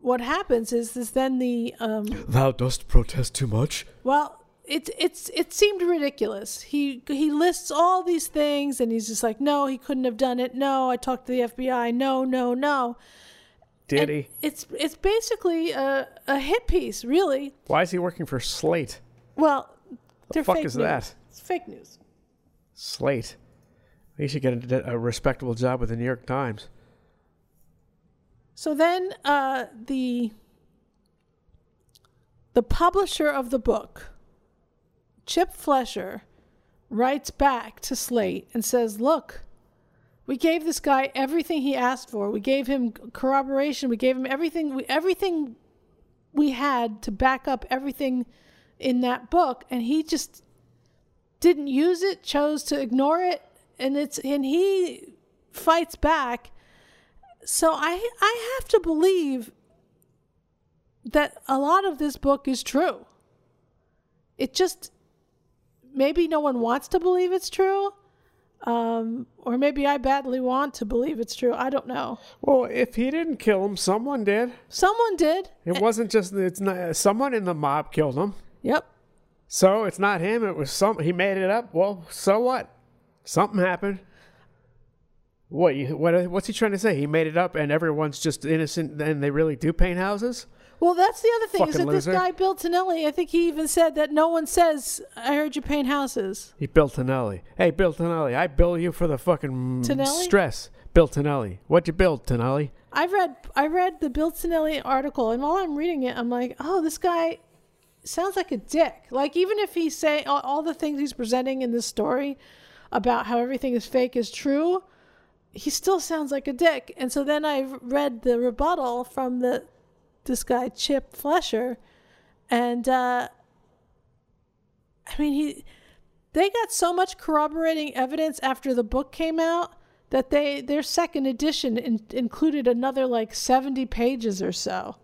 Speaker 3: what happens is is then the um
Speaker 15: Thou dost protest too much?
Speaker 3: Well, it's it's it seemed ridiculous. He he lists all these things and he's just like, "No, he couldn't have done it. No, I talked to the FBI. No, no, no."
Speaker 4: Did he?
Speaker 3: It's it's basically a, a hit piece, really.
Speaker 4: Why is he working for Slate?
Speaker 3: Well,
Speaker 4: The
Speaker 3: they're
Speaker 4: fuck
Speaker 3: fake
Speaker 4: is
Speaker 3: news.
Speaker 4: that?
Speaker 3: It's fake news.
Speaker 4: Slate. He should get a, a respectable job with the New York Times.
Speaker 3: So then uh, the the publisher of the book, Chip Flesher, writes back to Slate and says, "Look, we gave this guy everything he asked for. We gave him corroboration. We gave him everything. We, everything we had to back up everything in that book, and he just didn't use it. Chose to ignore it, and it's and he fights back." so I I have to believe that a lot of this book is true. It just maybe no one wants to believe it's true, um, or maybe I badly want to believe it's true. I don't know.
Speaker 4: Well, if he didn't kill him, someone did.
Speaker 3: Someone did.
Speaker 4: It wasn't just it's not someone in the mob killed him.
Speaker 3: Yep.
Speaker 4: So it's not him. It was some. He made it up. Well, so what? Something happened. What? You, what? What's he trying to say? He made it up, and everyone's just innocent, and they really do paint houses.
Speaker 3: Well, that's the other thing is
Speaker 4: Fucking
Speaker 3: that this
Speaker 4: loser.
Speaker 3: guy Bill Tonelli. I think he even said that no one says I heard you paint houses.
Speaker 4: He Bill Tonelli. Hey, Bill Tonelli, I bill you for the fucking
Speaker 3: Tonelli?
Speaker 4: stress. Bill Tonelli, what'd you build, Tonelli?
Speaker 3: I read I read the Bill Sinelli article, and while I'm reading it, I'm like, oh, this guy sounds like a dick. Like even if he's saying all, all the things he's presenting in this story about how everything is fake is true, he still sounds like a dick. And so then I read the rebuttal from the this guy Chip Flesher, and uh, I mean he they got so much corroborating evidence after the book came out that they their second edition in, included another like 70 pages or so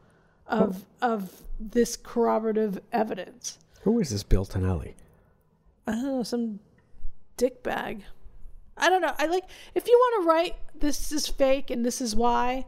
Speaker 3: of of this corroborative evidence
Speaker 4: Who is this Bill Tonelli?
Speaker 3: i don't know some dick bag i don't know i like if you want to write this is fake and this is why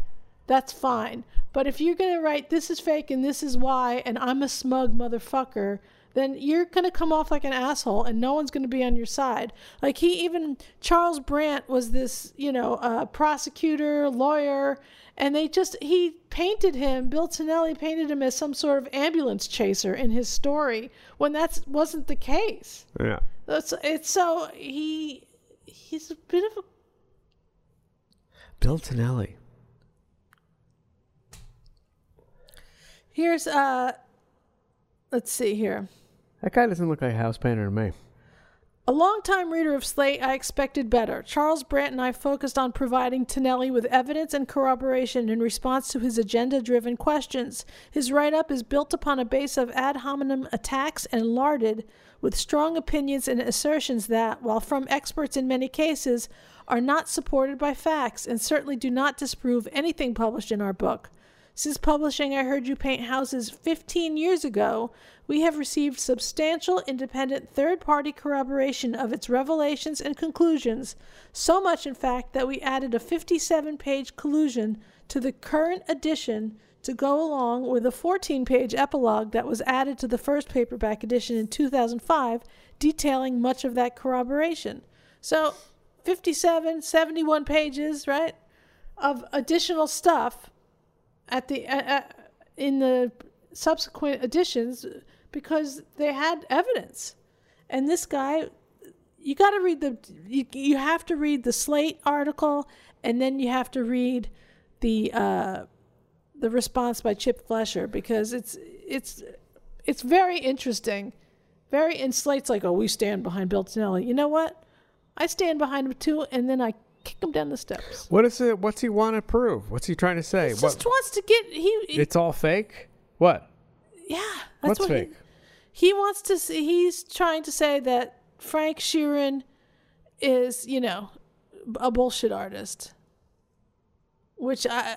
Speaker 3: that's fine but if you're going to write this is fake and this is why and i'm a smug motherfucker then you're going to come off like an asshole and no one's going to be on your side like he even charles brandt was this you know uh, prosecutor lawyer and they just he painted him bill Tonelli painted him as some sort of ambulance chaser in his story when that wasn't the case
Speaker 4: Yeah.
Speaker 3: that's it's so he he's a bit of a
Speaker 4: Bill Tonelli.
Speaker 3: here's uh let's see here.
Speaker 4: That guy doesn't look like a house painter to me.
Speaker 3: A longtime reader of Slate, I expected better. Charles Brandt and I focused on providing Tonelli with evidence and corroboration in response to his agenda driven questions. His write up is built upon a base of ad hominem attacks and larded with strong opinions and assertions that, while from experts in many cases, are not supported by facts and certainly do not disprove anything published in our book. Since publishing I Heard You Paint Houses 15 years ago, we have received substantial independent third party corroboration of its revelations and conclusions, so much in fact that we added a 57 page collusion to the current edition to go along with a 14 page epilogue that was added to the first paperback edition in 2005, detailing much of that corroboration. So, 57, 71 pages, right, of additional stuff at the uh, uh, in the subsequent editions because they had evidence and this guy you got to read the you, you have to read the slate article and then you have to read the uh the response by chip flesher because it's it's it's very interesting very and slate's like oh we stand behind bill Tinelli. you know what i stand behind him too and then i kick him down the steps
Speaker 4: What is it? What's he want to prove? What's he trying to say?
Speaker 3: he
Speaker 4: What?
Speaker 3: just wants to get he, he
Speaker 4: it's all fake. What?
Speaker 3: yeah that's
Speaker 4: What's
Speaker 3: what he-
Speaker 4: fake?
Speaker 3: he wants to see, he's trying to say that Frank Sheeran is, you know, a bullshit artist. Which I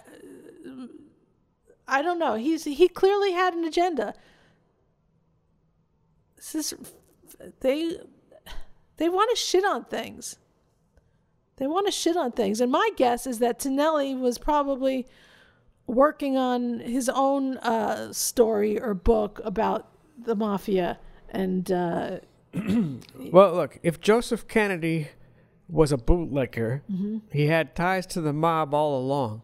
Speaker 3: I don't know. He's he clearly had an agenda. This is they they want to shit on things. They want to shit on things. And my guess is that Tonelli was probably working on his own uh, story or book about the mafia and uh,
Speaker 4: Well, look, if Joseph Kennedy was a bootlicker,
Speaker 3: Mhm.
Speaker 4: he had ties to the mob all along.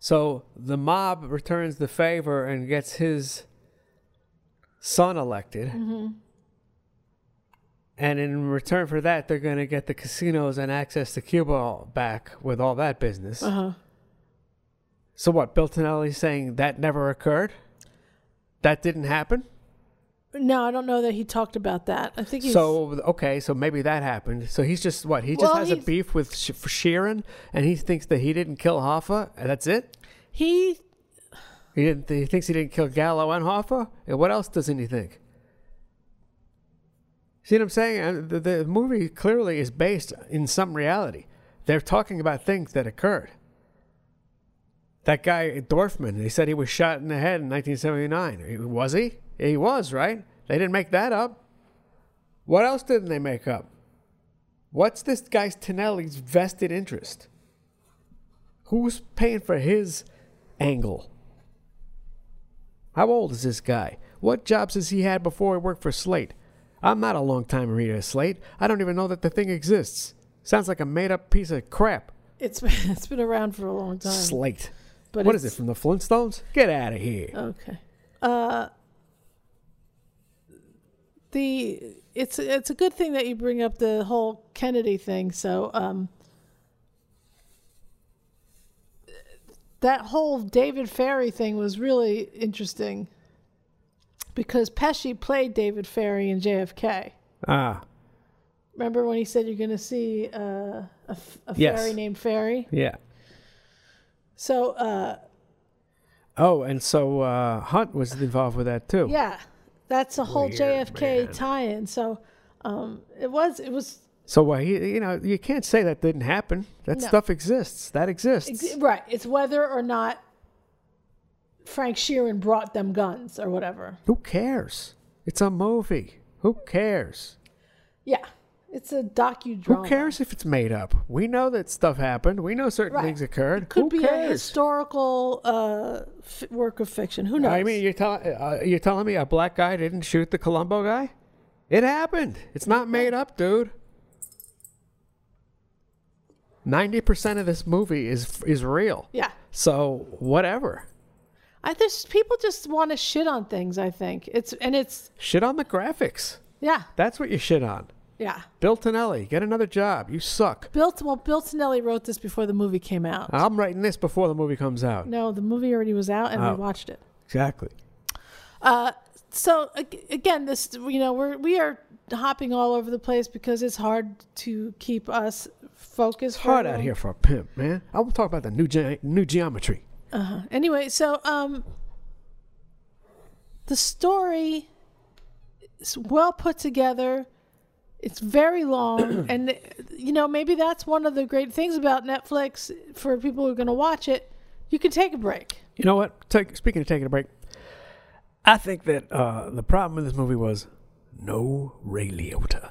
Speaker 4: So the mob returns the favor and gets his son elected.
Speaker 3: hmm
Speaker 4: And in return for that, they're going to get the casinos and access to Cuba all back with all that business.
Speaker 3: Uh-huh.
Speaker 4: So what? Bill Tinelli's saying that never occurred? That didn't happen?
Speaker 3: No, I don't know that he talked about that. I think he's
Speaker 4: So, okay, so maybe that happened. So he's just, what? He just
Speaker 3: Well,
Speaker 4: has a
Speaker 3: he's-
Speaker 4: beef with Sh- for Sheeran and he thinks that he didn't kill Hoffa and that's it?
Speaker 3: He.
Speaker 4: He, didn't, he thinks he didn't kill Gallo and Hoffa? And what else doesn't he think? See what I'm saying? Uh, The, the movie clearly is based in some reality. They're talking about things that occurred. That guy Dorfman, they said he was shot in the head in 1979. Was he? He was, right? They didn't make that up. What else didn't they make up? What's this guy's Tinelli's vested interest? Who's paying for his angle? How old is this guy? What jobs has he had before he worked for Slate? I'm not a long time reader of Slate. I don't even know that the thing exists. Sounds like a made up piece of crap.
Speaker 3: It's been, it's been around for a long time.
Speaker 4: Slate.
Speaker 3: But
Speaker 4: what is it
Speaker 3: it's-
Speaker 4: from the Flintstones? Get out of here.
Speaker 3: Okay. Uh, the it's it's a good thing that you bring up the whole Kennedy thing. So um, that whole David Ferry thing was really interesting because Pesci played David Ferry in JFK.
Speaker 4: Ah,
Speaker 3: Remember when he said you're going to see uh, a, f- a
Speaker 4: Yes.
Speaker 3: fairy named Ferry?
Speaker 4: yeah.
Speaker 3: So uh,
Speaker 4: Oh, and so uh, Hunt was involved with that too.
Speaker 3: yeah, that's a whole JFK tie-in. So um, it was it was
Speaker 4: So well, he, you know, you can't say that didn't happen. That
Speaker 3: No.
Speaker 4: stuff exists. That exists.
Speaker 3: Ex- Right. It's whether or not Frank Sheeran brought them guns or whatever.
Speaker 4: Who cares? It's a movie. Who cares?
Speaker 3: Yeah. It's a docudrama.
Speaker 4: Who cares if it's made up? We know that stuff happened. We know certain
Speaker 3: Right.
Speaker 4: things occurred.
Speaker 3: Could
Speaker 4: Who
Speaker 3: be a
Speaker 4: cares?
Speaker 3: historical uh, f- work of fiction. Who knows?
Speaker 4: I mean, you're, tell- uh, you're telling me a black guy didn't shoot the Colombo guy? It happened. It's not made up, dude. 90% of this movie is is real.
Speaker 3: Yeah.
Speaker 4: So, whatever.
Speaker 3: I just people just want to shit on things. I think it's and it's
Speaker 4: Shit on the graphics.
Speaker 3: yeah
Speaker 4: That's what you shit on.
Speaker 3: yeah.
Speaker 4: Bill Tonelli, get another job. You suck.
Speaker 3: Bill well Bill Tinelli wrote this before the movie came out.
Speaker 4: I'm writing this before the movie comes out.
Speaker 3: No, the movie already was out and
Speaker 4: Oh.
Speaker 3: we watched it.
Speaker 4: Exactly.
Speaker 3: Uh, so ag- again, this you know we're we are hopping all over the place because it's hard to keep us focused.
Speaker 4: It's hard out here for a pimp, man. I want to talk about the new ge- new geometry.
Speaker 3: Uh-huh. Anyway, so um, the story is well put together. It's very long, and you know maybe that's one of the great things about Netflix for people who are going to watch it. You can take a break.
Speaker 4: You know what? Take, speaking of taking a break, I think that uh, the problem with this movie was no Ray Liotta.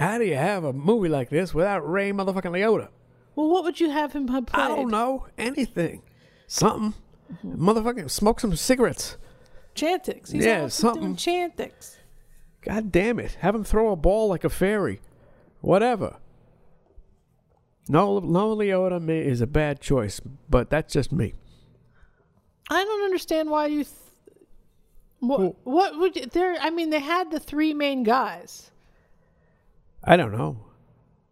Speaker 4: How do you have a movie like this without Ray motherfucking Liotta?
Speaker 3: Well, what would you have him play?
Speaker 4: I don't know anything. Something. Motherfucking smoke some cigarettes.
Speaker 3: Chantix. He's
Speaker 4: Yeah,
Speaker 3: always
Speaker 4: something.
Speaker 3: Doing Chantix.
Speaker 4: God damn it. Have him throw a ball like a fairy. Whatever. No, no Leota me is a bad choice, but that's just me.
Speaker 3: I don't understand why you. Th- what, what would you, there? I mean, they had the three main guys.
Speaker 4: I don't know.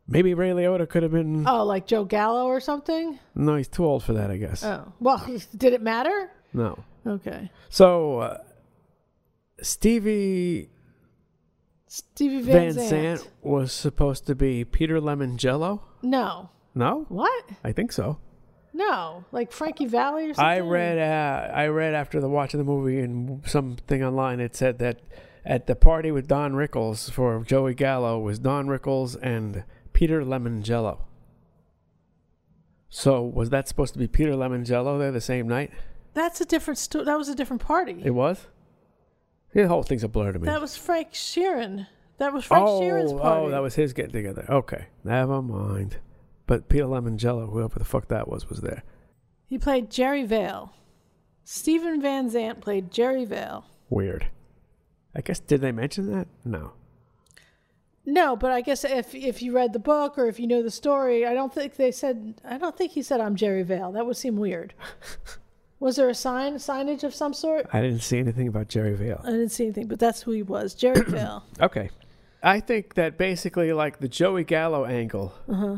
Speaker 4: Maybe Ray Liotta could have been.
Speaker 3: Oh, like Joe Gallo or something.
Speaker 4: No, he's too old for that, I guess.
Speaker 3: Oh, well, did it matter?
Speaker 4: No.
Speaker 3: Okay,
Speaker 4: So, uh, Stevie
Speaker 3: Stevie
Speaker 4: Van
Speaker 3: Van, Zandt.
Speaker 4: Sant was supposed to be Peter Lemongello?
Speaker 3: No,
Speaker 4: No?
Speaker 3: what?
Speaker 4: I think so.
Speaker 3: No, like Frankie Valley or something.
Speaker 4: I read. Uh, I read after the watch of the movie and something online. It said that at the party with Don Rickles for Joey Gallo was Don Rickles and Peter Lemongello. So was that supposed to be Peter Lemongello there the same night?
Speaker 3: That's a different. Sto- that was a different party.
Speaker 4: It was. The whole thing's a blur to me.
Speaker 3: That was Frank Sheeran. That was Frank
Speaker 4: oh,
Speaker 3: Sheeran's party.
Speaker 4: oh, that was his get together. Okay, never mind. But Peter Lemongello, whoever the fuck that was, was there.
Speaker 3: He played Jerry Vale. Stephen Van Zant played Jerry Vale.
Speaker 4: Weird. I guess did they mention that? No.
Speaker 3: No, but I guess if if you read the book or if you know the story, I don't think they said. I don't think he said I'm Jerry Vale. That would seem weird. was there a sign signage of some sort?
Speaker 2: I didn't see anything about Jerry Vale.
Speaker 3: I didn't see anything, but that's who he was, Jerry Vale.
Speaker 2: Okay.
Speaker 4: I think that basically, like the Joey Gallo angle
Speaker 3: Uh huh.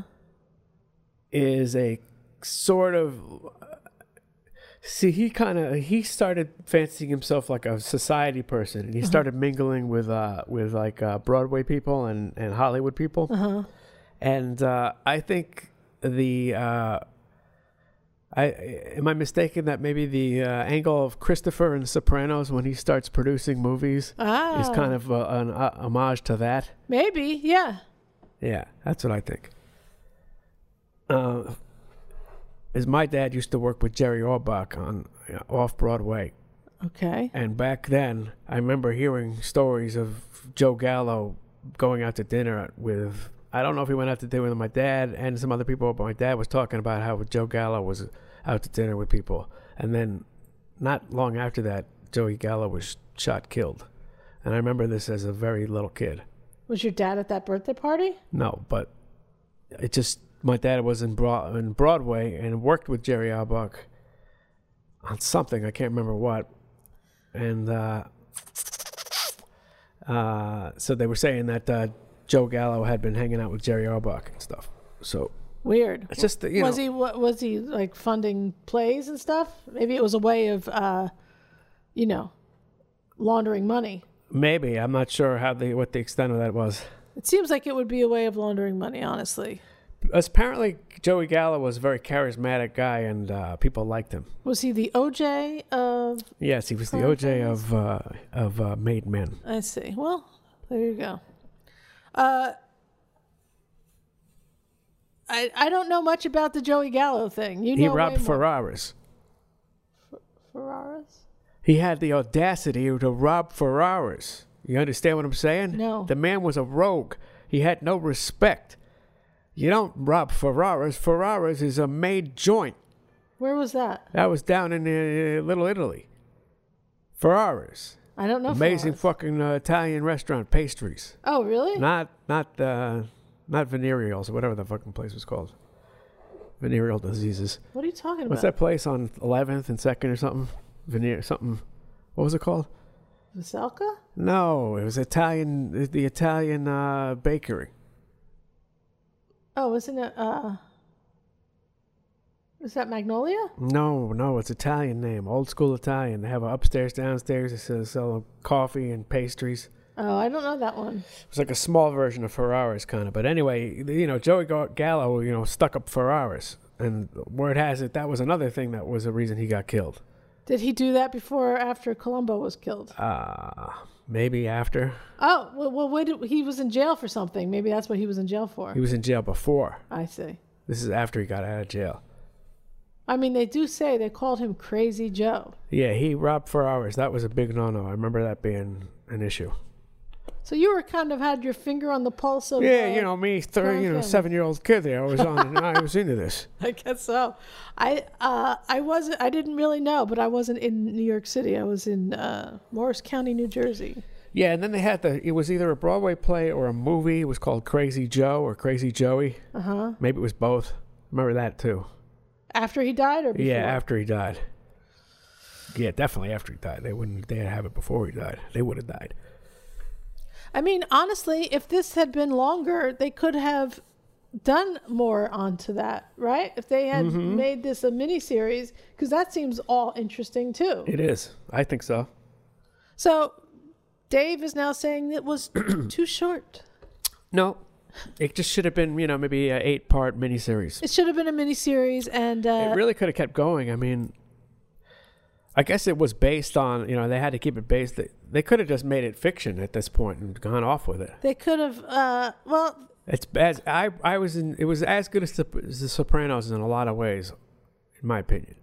Speaker 4: is a sort of. See, he kind of he started fancying himself like a society person, and he
Speaker 2: Uh-huh.
Speaker 4: started mingling with uh with like uh, Broadway people and and Hollywood people.
Speaker 2: Uh-huh.
Speaker 4: And uh, I think the uh, I am I mistaken that maybe the uh, angle of Christopher and Sopranos when he starts producing movies is
Speaker 3: Ah.
Speaker 4: kind of uh, an uh, homage to that.
Speaker 3: Maybe, yeah.
Speaker 4: Yeah, that's what I think. Uh, is my dad used to work with Jerry Orbach on you know, off Broadway,
Speaker 3: Okay.
Speaker 4: and back then I remember hearing stories of Joe Gallo going out to dinner with. I don't know if he went out to dinner with my dad and some other people, but my dad was talking about how Joe Gallo was out to dinner with people, and then not long after that, Joey Gallo was shot killed, and I remember this as a very little kid.
Speaker 3: Was your dad at that birthday party?
Speaker 4: No, but it just my dad was in Broad in Broadway and worked with Jerry Orbach on something I can't remember what, and uh, uh, so they were saying that uh, Joe Gallo had been hanging out with Jerry Orbach and stuff. So
Speaker 3: Weird.
Speaker 4: It's just that, you
Speaker 3: was
Speaker 4: know-
Speaker 3: he wa- was he like funding plays and stuff? Maybe it was a way of, uh, you know, laundering money.
Speaker 4: maybe I'm not sure how the what the extent of that was.
Speaker 3: It seems like it would be a way of laundering money, honestly.
Speaker 4: Apparently, Joey Gallo was a very charismatic guy, and uh, people liked him.
Speaker 3: Was he the OJ of?
Speaker 4: Yes, he was
Speaker 3: Oh,
Speaker 4: the OJ of uh, of uh, Made Men.
Speaker 3: I see. Well, there you go. Uh, I I don't know much about the Joey Gallo thing. You know,
Speaker 4: he robbed
Speaker 3: way more-
Speaker 4: Ferraris.
Speaker 3: Ferraras.
Speaker 4: He had the audacity to rob Ferraris. You understand what I'm saying?
Speaker 3: No.
Speaker 4: The man was a rogue. He had no respect. You don't rob Ferraris. Ferraris is a made joint.
Speaker 3: Where was that?
Speaker 4: That was down in uh, Little Italy. Ferraris.
Speaker 3: I don't know.
Speaker 4: Amazing
Speaker 3: Ferraras.
Speaker 4: fucking uh, Italian restaurant pastries.
Speaker 3: Oh, really?
Speaker 4: Not not uh, not venereals or whatever the fucking place was called. Venereal diseases.
Speaker 3: What are you talking
Speaker 4: What's
Speaker 3: about?
Speaker 4: that place on 11th and 2nd or something? Veneer something. What was it called?
Speaker 3: Veselka?
Speaker 4: No, it was Italian. The Italian uh, bakery.
Speaker 3: Oh, wasn't it? Uh, is that Magnolia?
Speaker 4: No, no, it's Italian name. Old school Italian. They have a upstairs, downstairs. They sell, sell coffee and pastries.
Speaker 3: Oh, I don't know that one.
Speaker 4: It's like a small version of Ferraris, kind of. But anyway, you know, Joey Ga- Gallo, you know, stuck up Ferraris, and word has it that was another thing that was the reason he got killed.
Speaker 3: Did he do that before or after Columbo was killed?
Speaker 4: Uh maybe after
Speaker 3: Oh, well, well wait, he was in jail for something. Maybe that's what he was in jail for.
Speaker 4: he was in jail before.
Speaker 3: I see.
Speaker 4: This is after he got out of jail.
Speaker 3: I mean, they do say they called him Crazy Joe.
Speaker 4: Yeah, he robbed Ferraris. That was a big no-no. I remember that being an issue.
Speaker 3: So you were kind of had your finger on the pulse of.
Speaker 4: Yeah,
Speaker 3: uh,
Speaker 4: you know me,
Speaker 3: crime
Speaker 4: thirty, you know,
Speaker 3: family.
Speaker 4: seven-year-old kid. There, I was on, and I was into this.
Speaker 3: I guess so. I uh, I wasn't. I didn't really know, but I wasn't in New York City. I was in uh, Morris County, New Jersey.
Speaker 4: Yeah, and then they had the. It was either a Broadway play or a movie. It was called Crazy Joe or Crazy Joey.
Speaker 3: Uh huh.
Speaker 4: Maybe it was both. Remember that too.
Speaker 3: After he died, or before?
Speaker 4: Yeah, after he died. Yeah, definitely after he died. They wouldn't. They would have it before he died. They would have died.
Speaker 3: I mean, honestly, if this had been longer, they could have done more onto that, right? If they had
Speaker 4: Mhm.
Speaker 3: made this a mini series, because that seems all interesting too.
Speaker 4: It is. I think so.
Speaker 3: So, Dave is now saying it was too short.
Speaker 4: No, it just should have been. You know, maybe a eight-part miniseries.
Speaker 3: It should have been a mini series, and uh,
Speaker 4: it really could have kept going. I mean, I guess it was based on you know they had to keep it based. They, they could have just made it fiction at this point and gone off with it.
Speaker 3: they could have. Uh, well,
Speaker 4: It's as I I was in. It was as good as the, as the Sopranos in a lot of ways, in my opinion.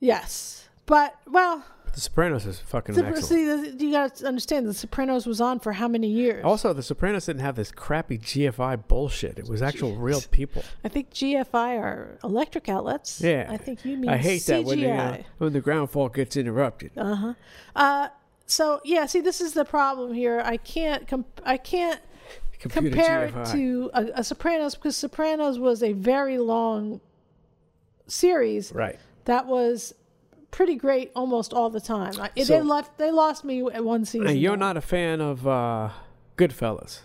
Speaker 3: yes, but well,
Speaker 4: The Sopranos is fucking
Speaker 3: the,
Speaker 4: excellent.
Speaker 3: see, the, you got to understand, The Sopranos was on for how many years?
Speaker 4: Also, The Sopranos didn't have this crappy GFI bullshit. It was actual real people.
Speaker 3: I think GFI are electric outlets.
Speaker 4: Yeah,
Speaker 3: I think you mean
Speaker 4: I hate
Speaker 3: CGI.
Speaker 4: that when the uh, when the ground fault gets interrupted.
Speaker 3: Uh-huh. Uh So yeah, see, this is the problem here. I can't. Comp- I can't
Speaker 4: Computer
Speaker 3: compare it
Speaker 4: GFI.
Speaker 3: to a, a Sopranos because Sopranos was a very long series.
Speaker 4: Right.
Speaker 3: That was pretty great almost all the time. I, they
Speaker 4: So-
Speaker 3: left. They lost me at one season.
Speaker 4: Now, you're not a fan of uh, Goodfellas.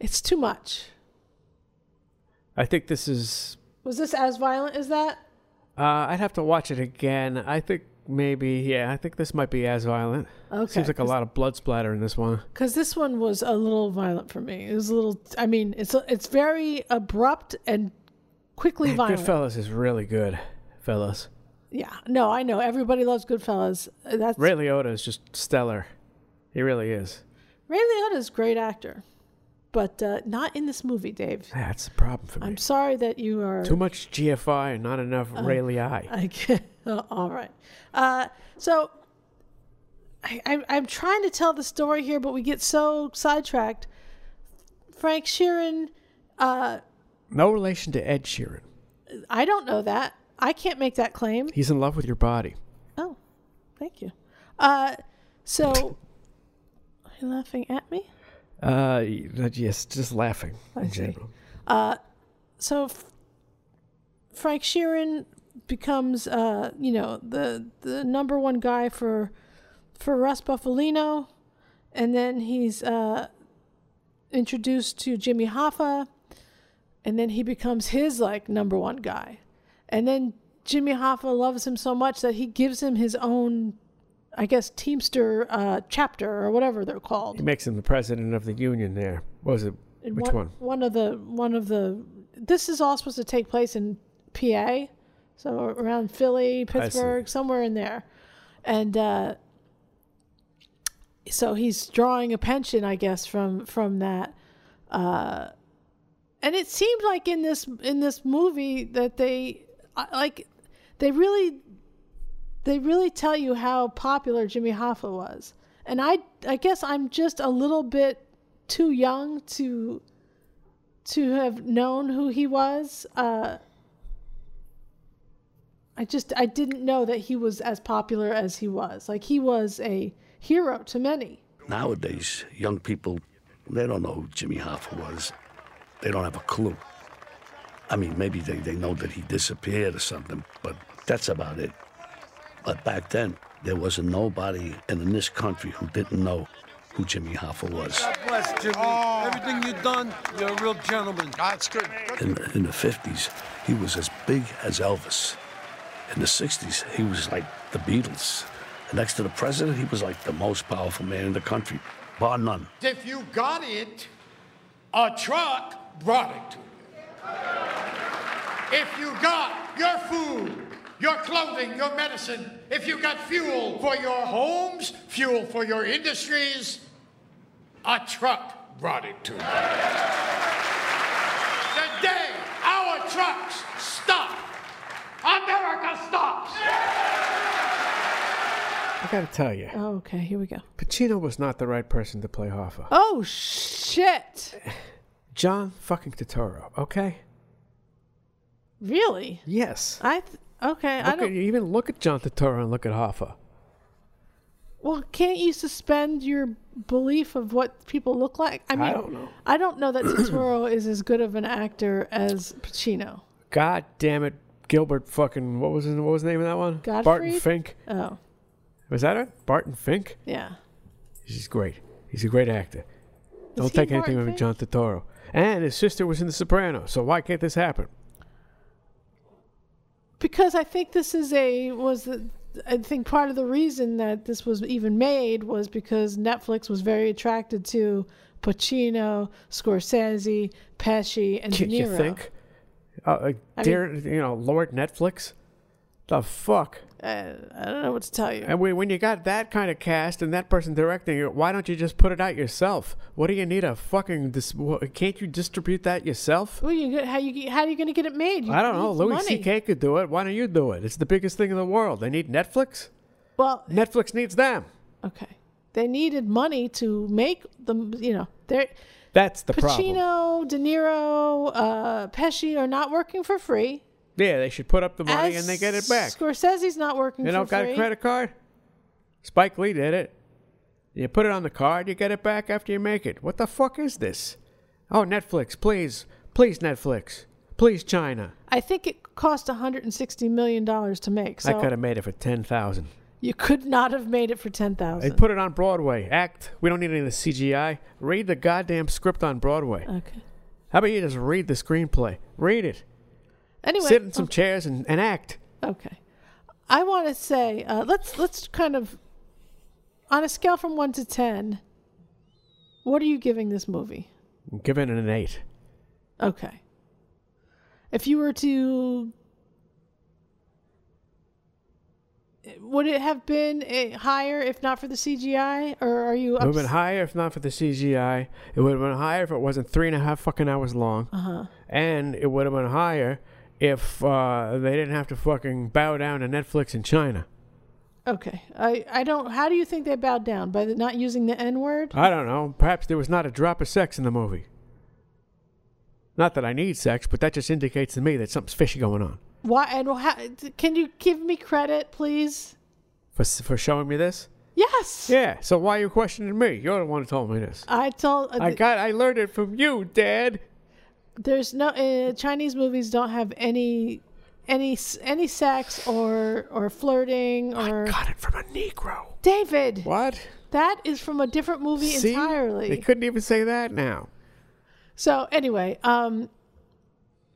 Speaker 3: It's too much.
Speaker 4: I think this is.
Speaker 3: Was this as violent as that?
Speaker 4: Uh, I'd have to watch it again. I think maybe. Yeah, I think this might be as violent.
Speaker 3: Okay,
Speaker 4: Seems like a
Speaker 3: 'cause-
Speaker 4: lot of blood splatter in this one.
Speaker 3: Because this one was a little violent for me. It was a little. I mean, it's it's very abrupt and quickly violent.
Speaker 4: Goodfellas is really good, fellas.
Speaker 3: Yeah. No, I know everybody loves Goodfellas. That's
Speaker 4: Ray Liotta is just stellar. He really is.
Speaker 3: Ray Liotta's a great actor, but uh, not in this movie, Dave.
Speaker 4: That's the problem for me.
Speaker 3: I'm sorry that you are
Speaker 4: Too much GFI and not enough
Speaker 3: Uh,
Speaker 4: Ray Liotta.
Speaker 3: I can't. All right. Uh, so I, I'm, I'm trying to tell the story here, but we get so sidetracked. Frank Sheeran, uh,
Speaker 4: No relation to Ed Sheeran.
Speaker 3: I don't know that. I can't make that claim.
Speaker 4: He's in love with your body.
Speaker 3: Oh, thank you. Uh, so, are you laughing at me?
Speaker 4: Uh, y- yes, just laughing in general.
Speaker 3: Uh, so F- Frank Sheeran becomes, uh, you know, the the number one guy for for Russ Buffalino, and then he's uh, introduced to Jimmy Hoffa, and then he becomes his like number one guy, and then Jimmy Hoffa loves him so much that he gives him his own, I guess, Teamster uh, chapter or whatever they're called.
Speaker 4: He makes him the president of the union there. What was it?
Speaker 3: In
Speaker 4: Which
Speaker 3: one,
Speaker 4: one?
Speaker 3: One of the one of the. This is all supposed to take place in PA, so around Philly,
Speaker 4: see.
Speaker 3: Pittsburgh, somewhere in there, and uh, so he's drawing a pension, I guess, from from that. Uh, and it seemed like in this in this movie that they I- like they really they really tell you how popular Jimmy Hoffa was. And I I guess I'm just a little bit too young to to have known who he was. Uh I just I didn't know that he was as popular as he was. Like he was a hero to many.
Speaker 8: Nowadays, young people, they don't know who Jimmy Hoffa was. They don't have a clue. I mean, maybe they, they know that he disappeared or something, but that's about it. But back then, there wasn't nobody in this country who didn't know who Jimmy Hoffa was.
Speaker 16: God bless, Jimmy. Everything you've done, you're a real gentleman. That's good.
Speaker 8: In, in the 50s, he was as big as Elvis. In the 60s, he was like the Beatles. And next to the president, he was like the most powerful man in the country, bar none.
Speaker 11: If you got it, a truck brought it to you. If you got your food, your clothing, your medicine, if you got fuel for your homes, fuel for your industries, a truck brought it to you. The day our trucks stop, America stops.
Speaker 4: I gotta tell you,
Speaker 3: Oh, okay, here we go.
Speaker 4: Pacino was not the right person to play Hoffa.
Speaker 3: Oh shit.
Speaker 4: John fucking Totoro, okay?
Speaker 3: Really?
Speaker 4: Yes.
Speaker 3: I th- okay, I
Speaker 4: Look at,
Speaker 3: don't
Speaker 4: even look at John Totoro and look at Hoffa.
Speaker 3: Well, can't you suspend your belief of what people look like? I mean,
Speaker 4: I don't know.
Speaker 3: I don't know that Totoro is as good of an actor as Pacino.
Speaker 4: God damn it, Gilbert fucking what was his, what was the name of that one? Barton
Speaker 3: Gottfried?
Speaker 4: Fink.
Speaker 3: Oh,
Speaker 4: Was that it? Barton Fink.
Speaker 3: yeah.
Speaker 4: He's great. He's a great actor. Don't
Speaker 3: he
Speaker 4: take anything
Speaker 3: Barton
Speaker 4: away from John Totoro. And his sister was in The Sopranos, so why can't this happen?
Speaker 3: Because I think this is a was the, I think part of the reason that this was even made was because Netflix was very attracted to Pacino, Scorsese, Pesci, and De
Speaker 4: Can you
Speaker 3: Niro.
Speaker 4: think? Uh, uh,
Speaker 3: I
Speaker 4: dear, you know, Lord Netflix. The fuck.
Speaker 3: Uh, I don't know what to tell you.
Speaker 4: And we, when you got that kind of cast and that person directing it, why don't you just put it out yourself? What do you need a fucking? Dis- wha- can't you distribute that yourself?
Speaker 3: Well, you get, how you get- how are you going to get it made? You
Speaker 4: I don't know.
Speaker 3: need
Speaker 4: Louis
Speaker 3: money.
Speaker 4: C.K. could do it. Why don't you do it? It's the biggest thing in the world. They need Netflix.
Speaker 3: Well,
Speaker 4: Netflix needs them.
Speaker 3: Okay. They needed money to make them, you know, they're
Speaker 4: That's the problem.
Speaker 3: Pacino, De Niro, uh, Pesci are not working for free.
Speaker 4: Yeah, they should put up the money
Speaker 3: As
Speaker 4: and they get it back.
Speaker 3: Scorsese's not working
Speaker 4: They
Speaker 3: for
Speaker 4: don't got
Speaker 3: free.
Speaker 4: a credit card. Spike Lee did it. You put it on the card, you get it back after you make it. What the fuck is this? Oh, Netflix, please. Please, Netflix. Please, China.
Speaker 3: I think it cost 160 million dollars to make. So
Speaker 4: I could have made it for 10,000.
Speaker 3: You could not have made it for 10,000.
Speaker 4: They put it on Broadway. Act. We don't need any of the CGI. Read the goddamn script on Broadway.
Speaker 3: Okay.
Speaker 4: How about you just read the screenplay? Read it.
Speaker 3: Anyway,
Speaker 4: Sit in some
Speaker 3: okay.
Speaker 4: chairs and, and act.
Speaker 3: Okay. I want to say uh, let's let's kind of on a scale from 1 to 10 what are you giving this movie?
Speaker 4: Give it an eight.
Speaker 3: Okay. If you were to would it have been eh, higher if not for the CGI or are you
Speaker 4: It would have been
Speaker 3: ups-
Speaker 4: higher if not for the CGI. It would have been higher if it wasn't three and a half fucking hours long.
Speaker 3: Uh-huh.
Speaker 4: And it would have been higher if uh, they didn't have to fucking bow down to Netflix in China.
Speaker 3: Okay. I I don't how do you think they bowed down by the, not using the N word?
Speaker 4: I don't know. Perhaps there was not a drop of sex in the movie. Not that I need sex, but that just indicates to me that something's fishy going on.
Speaker 3: Why and how, can you give me credit please?
Speaker 4: For, s- for showing me this?
Speaker 3: Yes.
Speaker 4: Yeah, so why are you questioning me? You're the one who told me this.
Speaker 3: I told
Speaker 4: I got I learned it from you, Dad.
Speaker 3: There's no uh, Chinese movies don't have any any s- any sex or or flirting or I got
Speaker 4: it from a Negro.
Speaker 3: David.
Speaker 4: What?
Speaker 3: That is from a different movie
Speaker 4: See?
Speaker 3: entirely.
Speaker 4: They couldn't even say that now.
Speaker 3: So anyway, um,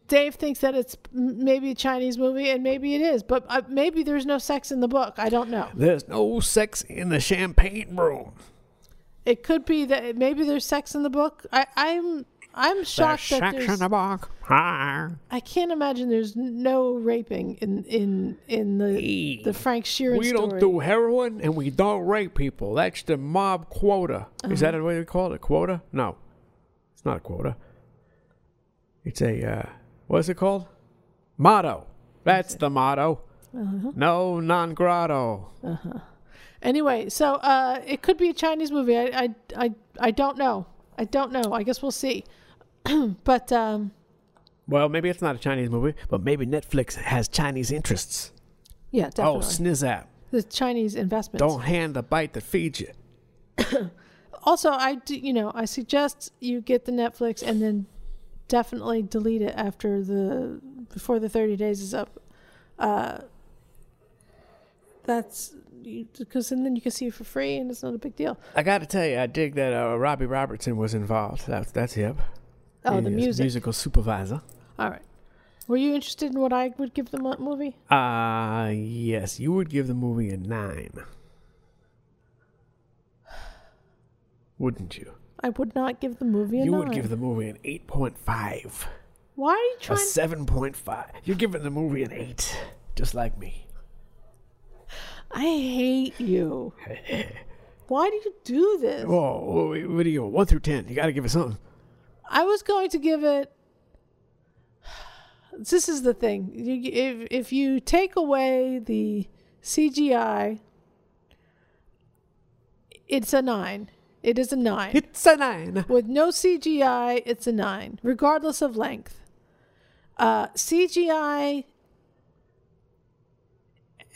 Speaker 3: Dave thinks that it's m- maybe a Chinese movie, and maybe it is, but uh, maybe there's no sex in the book. I don't know.
Speaker 4: There's no sex in the champagne room.
Speaker 3: It could be that it- maybe there's sex in the book. I, I'm I'm shocked
Speaker 4: there's
Speaker 3: that
Speaker 4: sex in
Speaker 3: there's.
Speaker 4: the book. Arr.
Speaker 3: I can't imagine there's n- no raping in in in the the Frank Sheeran
Speaker 4: We
Speaker 3: story.
Speaker 4: don't do heroin and we don't rape people. That's the mob quota. Is that
Speaker 3: Uh-huh.
Speaker 4: the way they call it? A quota? No. It's not a quota. It's a, uh, what is it called? Motto. That's the motto.
Speaker 3: Uh-huh.
Speaker 4: No non grotto.
Speaker 3: Uh-huh. Anyway, so uh, it could be a Chinese movie. I, I, I, I don't know. I don't know. I guess we'll see. but um,
Speaker 4: Well, maybe it's not a Chinese movie, but maybe Netflix has Chinese interests.
Speaker 3: yeah, definitely.
Speaker 4: Oh, sniz app.
Speaker 3: the Chinese investments.
Speaker 4: Don't hand the bite that feeds you.
Speaker 3: Also, I do, you know, I suggest you get the Netflix and then definitely delete it after the before the 30 days is up. Uh, that's because and then you can see it for free and it's not a big deal.
Speaker 4: I got to tell you, I dig that uh, Robbie Robertson was involved. That's that's hip.
Speaker 3: Oh, the
Speaker 4: He is
Speaker 3: music.
Speaker 4: musical supervisor.
Speaker 3: All right. Were you interested in what I would give the mo- movie?
Speaker 4: Ah, yes, you would give the movie a nine, wouldn't you?
Speaker 3: I would not give the movie a
Speaker 4: you
Speaker 3: nine.
Speaker 4: would give the movie an eight point five,
Speaker 3: Why are you
Speaker 4: a
Speaker 3: trying?
Speaker 4: seven point five. You're giving the movie an eight, just like me.
Speaker 3: I hate you. Why do you do this?
Speaker 4: Whoa, what what do you? One through ten, you got to give it something.
Speaker 3: I was going to give it. This is the thing. You, if if you take away the CGI, it's a nine. It is a nine.
Speaker 4: It's a nine.
Speaker 3: With no CGI, it's a nine, regardless of length. Uh, CGI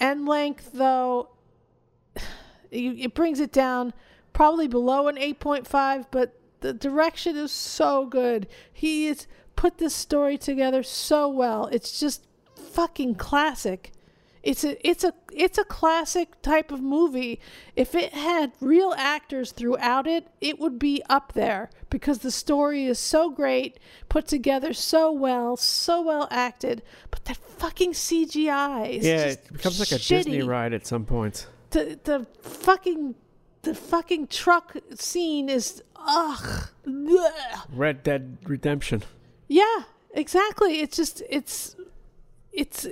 Speaker 3: and length, though, you- it brings it down probably below an 8.5 but the direction is so good he has put this story together so well it's just fucking classic it's a it's a it's a classic type of movie if it had real actors throughout it it would be up there because the story is so great put together so well so well acted but that fucking cgi is
Speaker 4: yeah,
Speaker 3: just
Speaker 4: it becomes like a Disney
Speaker 3: shitty
Speaker 4: ride at some point.
Speaker 3: the the fucking the fucking truck scene is ugh. Blech.
Speaker 4: Red Dead Redemption.
Speaker 3: Yeah, exactly. It's just it's it's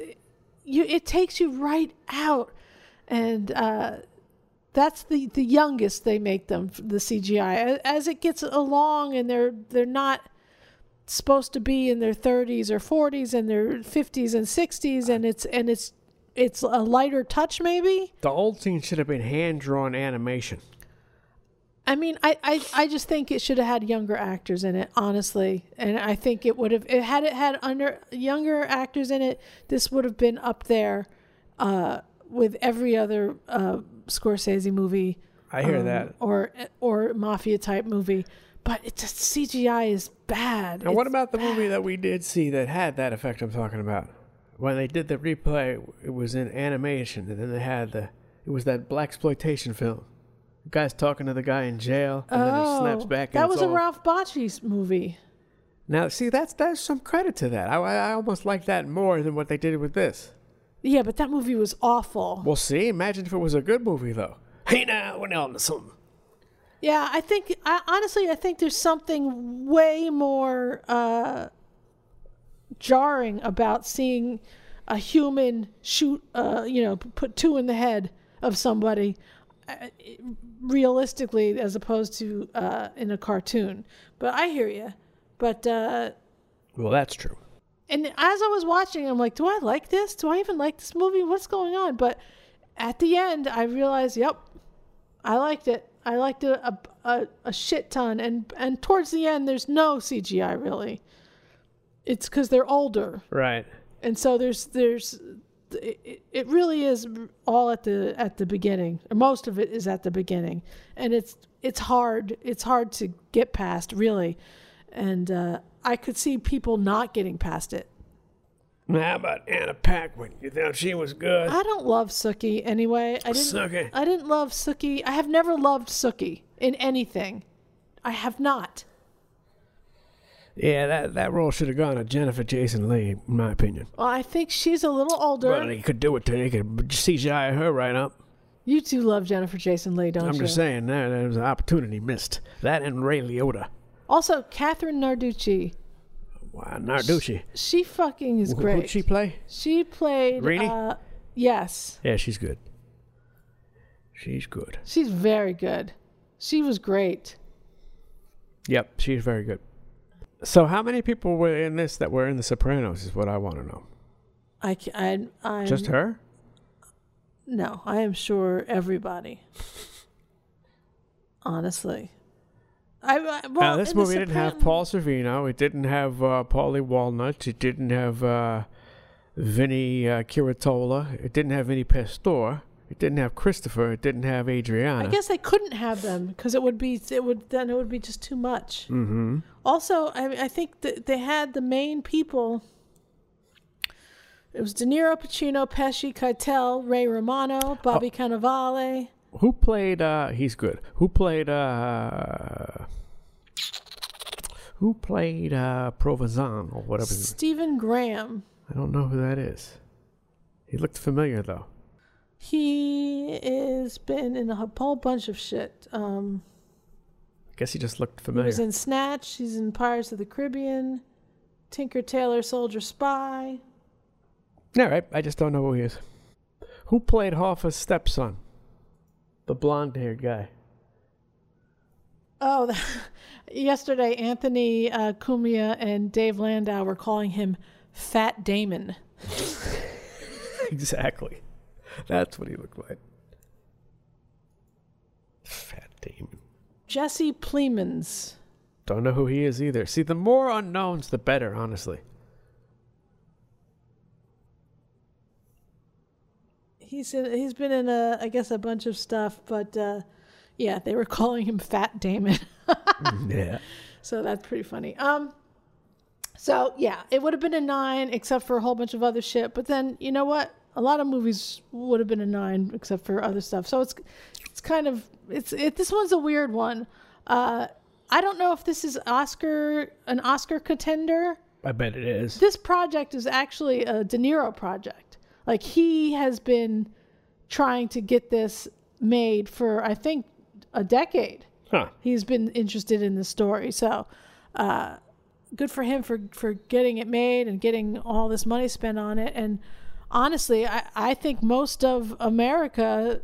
Speaker 3: you it takes you right out and uh that's the the youngest they make them the CGI A- as it gets along and they're they're not supposed to be in their 30s or 40s and their 50s and 60s and it's and it's it's a lighter touch maybe
Speaker 4: The old scene should have been hand drawn animation.
Speaker 3: I mean, I, I, I just think it should have had younger actors in it, honestly. And I think it would have, it, had it had under younger actors in it, this would have been up there uh, with every other uh, Scorsese movie.
Speaker 4: I hear that.
Speaker 3: Or or mafia type movie. but it's just CGI is bad.
Speaker 4: Now, what about the movie that we did see that had that effect I'm talking about? When they did the replay, it was in animation, and then they had the. It was that black exploitation film. The guy's talking to the guy in jail, and then he snaps back. And
Speaker 3: Oh, that
Speaker 4: it's
Speaker 3: was a
Speaker 4: all-
Speaker 3: Ralph Baci's movie.
Speaker 4: Now, see, that's that's some credit to that. I, I I almost like that more than what they did with this.
Speaker 3: Yeah, but that movie was awful.
Speaker 4: Well, see, imagine if it was a good movie though. Hey, now we're on to something.
Speaker 3: Yeah, I think I, honestly, I think there's something way more uh, jarring about seeing a human shoot, uh, you know, p- put two in the head of somebody, uh, realistically, as opposed to uh, in a cartoon. But I hear you. But uh,
Speaker 4: Well, that's true.
Speaker 3: and as I was watching, I'm like, do I like this? Do I even like this movie? What's going on? But at the end, I realized, yep, I liked it. I liked it a, a, a shit ton. And and towards the end, there's no CGI really. It's because they're older,
Speaker 4: Right.
Speaker 3: and so there's there's it, it- it really is all at the at the beginning. Or most of it is at the beginning, and it's it's hard it's hard to get past really, and uh, I could see people not getting past it.
Speaker 4: Now, how about Anna Paquin? You thought she was good?
Speaker 3: I don't love Suki anyway. I didn't.
Speaker 4: Sookie.
Speaker 3: I didn't love Suki. I have never loved Suki in anything. I have not.
Speaker 4: Yeah, that, that role should have gone to Jennifer Jason Lee, in my opinion.
Speaker 3: Well, I think she's a little older.
Speaker 4: But he could do it too. He could CGI her right up.
Speaker 3: you do love Jennifer Jason Leigh, don't
Speaker 4: I'm
Speaker 3: you?
Speaker 4: just saying, there, there was an opportunity missed. That and Ray Liotta.
Speaker 3: Also, Catherine Narducci.
Speaker 4: Wow, Narducci.
Speaker 3: She fucking is
Speaker 4: Who-
Speaker 3: great.
Speaker 4: Who'd she play?
Speaker 3: She played.
Speaker 4: Rainey?
Speaker 3: Uh, yes,
Speaker 4: Yeah, she's good. She's good.
Speaker 3: she's very good. She was great.
Speaker 4: Yep, she's very good. So, how many people were in this that were in The Sopranos is what I want to know.
Speaker 3: I ca- I I'm,
Speaker 4: Just her?
Speaker 3: No, I am sure everybody. Honestly, I, I well
Speaker 4: now, this
Speaker 3: in The
Speaker 4: movie didn't have
Speaker 3: Sopran-
Speaker 4: Paul Servino. It didn't have uh, Paulie Walnut. It didn't have uh, Vinny uh, Curatola. It didn't have Vinny Pastore. It didn't have Christopher. It didn't have Adriana.
Speaker 3: I guess they couldn't have them because it would be it would then it would be just too much.
Speaker 4: Mm-hmm.
Speaker 3: Also, I, I think that they had the main people. It was De Niro, Pacino, Pesci, Keitel, Ray Romano, Bobby
Speaker 4: Oh.
Speaker 3: Cannavale.
Speaker 4: Who played? uh He's good. Who played? uh Who played uh Provenzano or whatever? his-
Speaker 3: Stephen Graham.
Speaker 4: I don't know who that is. He looked familiar though.
Speaker 3: He has been in a whole bunch of shit. Um,
Speaker 4: I guess he just looked
Speaker 3: he
Speaker 4: familiar.
Speaker 3: was in Snatch. He's in Pirates of the Caribbean. Tinker Tailor Soldier Spy.
Speaker 4: All right, I just don't know who he is. Who played Hoffa's stepson? The blonde-haired guy.
Speaker 3: Oh, yesterday Anthony uh, Cumia and Dave Landau were calling him Fat Damon.
Speaker 4: exactly. That's what he looked like. Fat Damon.
Speaker 3: Jesse Plemons.
Speaker 4: Don't know who he is either. See, the more unknowns, the better, honestly.
Speaker 3: He's in, he's been in a I guess a bunch of stuff, but uh, yeah, they were calling him Fat Damon,
Speaker 4: yeah.
Speaker 3: so that's pretty funny. Um, so yeah, it would have been a nine except for a whole bunch of other shit. But then you know what? A lot of movies would have been a nine except for other stuff. So it's it's kind of it's it. This one's a weird one. Uh, I don't know if this is Oscar an Oscar contender.
Speaker 4: I bet it is.
Speaker 3: This project is actually a De Niro project. Like he has been trying to get this made for I think a decade.
Speaker 4: Huh.
Speaker 3: He's been interested in this story, so uh, good for him for for getting it made and getting all this money spent on it. And honestly, I I think most of America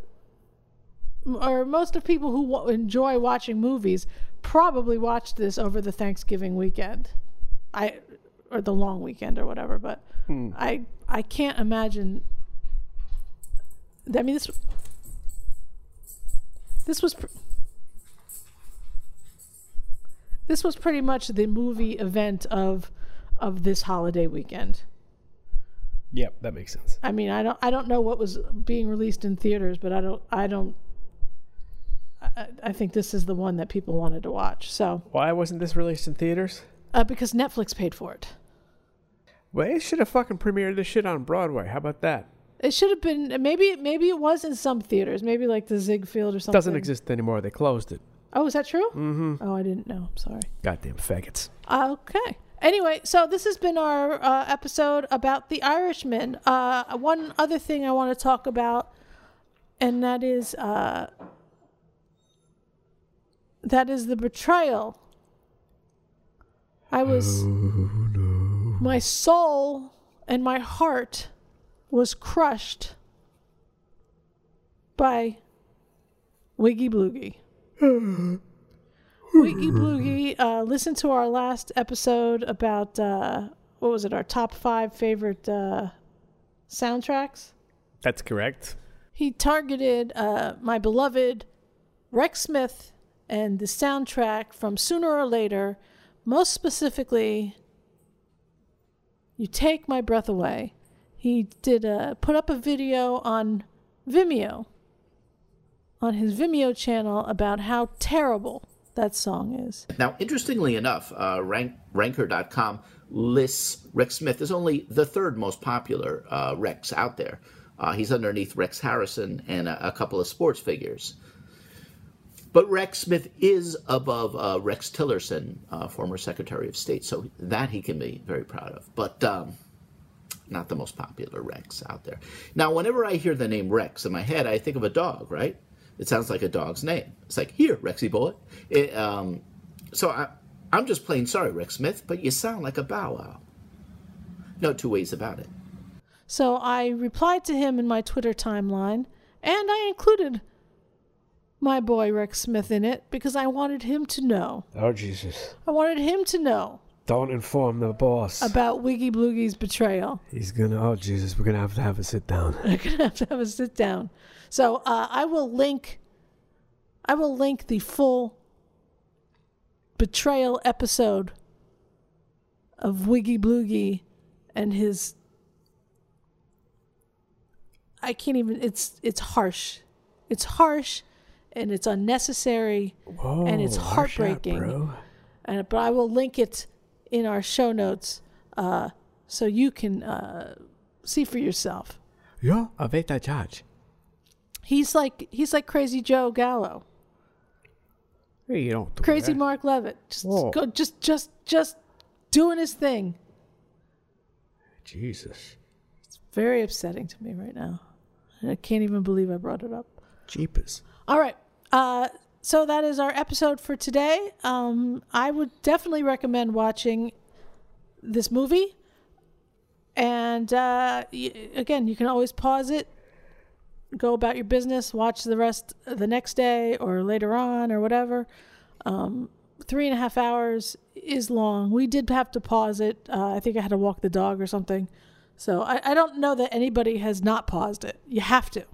Speaker 3: or most of people who w- enjoy watching movies probably watched this over the Thanksgiving weekend. I or the long weekend or whatever, but
Speaker 4: Hmm.
Speaker 3: I I can't imagine I mean this this was pr- this was pretty much the movie event of of this holiday weekend.
Speaker 4: Yep, that makes sense.
Speaker 3: I mean, I don't I don't know what was being released in theaters, but I don't I don't I- I- I think this is the one that people wanted to watch. So,
Speaker 4: Why wasn't this released in theaters?
Speaker 3: uh, because Netflix paid for it,
Speaker 4: Well, they should have fucking premiered this shit on Broadway. How about that?
Speaker 3: it should have been maybe maybe it was in some theaters, maybe like the Ziegfeld or something.
Speaker 4: Doesn't exist anymore. They closed it.
Speaker 3: Oh, is that true?
Speaker 4: Mm-hmm.
Speaker 3: Oh, I didn't know. Sorry.
Speaker 4: Goddamn faggots.
Speaker 3: Okay. Anyway, so this has been our uh, episode about the Irishman. Uh, one other thing I want to talk about, and that is uh, that is the betrayal. I was my soul and my heart was crushed by Wiggy Bloogie. Wiggy Bloogie, uh, listen to our last episode about uh, what was it? Our top five favorite uh, soundtracks.
Speaker 4: That's correct.
Speaker 3: He targeted uh, my beloved Rex Smith and the soundtrack from Sooner or Later, most specifically, "You Take My Breath Away." He did uh, put up a video on Vimeo on his Vimeo channel about how terrible that song is.
Speaker 17: Now, interestingly enough, uh, rank, Ranker.com lists Rex Smith as only the third most popular uh, Rex out there. Uh, he's underneath Rex Harrison and a, a couple of sports figures. But Rex Smith is above uh, Rex Tillerson, uh, former Secretary of State, so that he can be very proud of. But um, not the most popular Rex out there. Now, whenever I hear the name Rex in my head, I think of a dog, right? It sounds like a dog's name. It's like, here, Rexy boy. It, um, so I, I'm just plain sorry, Rex Smith, but you sound like a bow wow. No two ways about it.
Speaker 3: So I replied to him in my Twitter timeline, and I included my boy Rex Smith in it because I wanted him to know.
Speaker 4: Oh, Jesus.
Speaker 3: I wanted him to know
Speaker 4: Don't inform the boss.
Speaker 3: about Wiggy Bloogie's betrayal.
Speaker 4: He's gonna. Oh Jesus, we're gonna have to have a sit down.
Speaker 3: I'm gonna have to have a sit down. So uh, I will link. I will link the full betrayal episode of Wiggy Bloogie and his. I can't even. It's it's harsh. It's harsh, and it's unnecessary, and it's
Speaker 4: Whoa, harsh Oh, out,
Speaker 3: heartbreaking
Speaker 4: bro.
Speaker 3: and but I will link it in our show notes uh, so you can uh, see for yourself.
Speaker 4: Yeah, await that charge.
Speaker 3: He's like he's like Crazy Joe Gallo,
Speaker 4: Hey, you don't. Do
Speaker 3: Crazy
Speaker 4: that.
Speaker 3: Mark Levitt, just
Speaker 4: Whoa.
Speaker 3: go, just just just doing his thing.
Speaker 4: Jesus.
Speaker 3: It's very upsetting to me right now. And I can't even believe I brought it up.
Speaker 4: Jeepers.
Speaker 3: All right. Uh, so that is our episode for today. Um, I would definitely recommend watching this movie. And uh, y- again, you can always pause it, go about your business, watch the rest the next day or later on or whatever. Um, three and a half hours is long. We did have to pause it. Uh, I think I had to walk the dog or something. So I, I don't know that anybody has not paused it. You have to.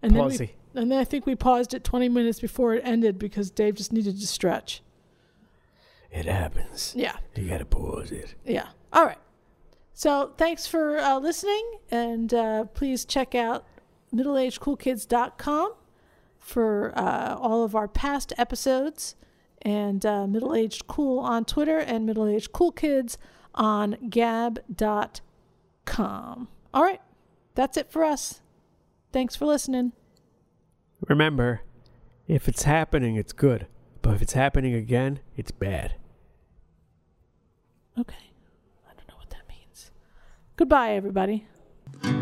Speaker 3: And then
Speaker 4: Pausey.
Speaker 3: we, and then I think we paused it 20 minutes before it ended because Dave just needed to stretch.
Speaker 4: It happens.
Speaker 3: Yeah.
Speaker 4: You gotta pause it.
Speaker 3: Yeah. All right. So thanks for uh, listening, and uh, please check out middleagedcoolkids.com for uh, all of our past episodes, and uh, Middle Aged Cool on Twitter, and Middle Aged Cool Kids on gab.com. All right. That's it for us. Thanks for listening.
Speaker 4: Remember, if it's happening, it's good. But if it's happening again, it's bad.
Speaker 3: Okay. I don't know what that means. Goodbye, everybody.
Speaker 1: Bye.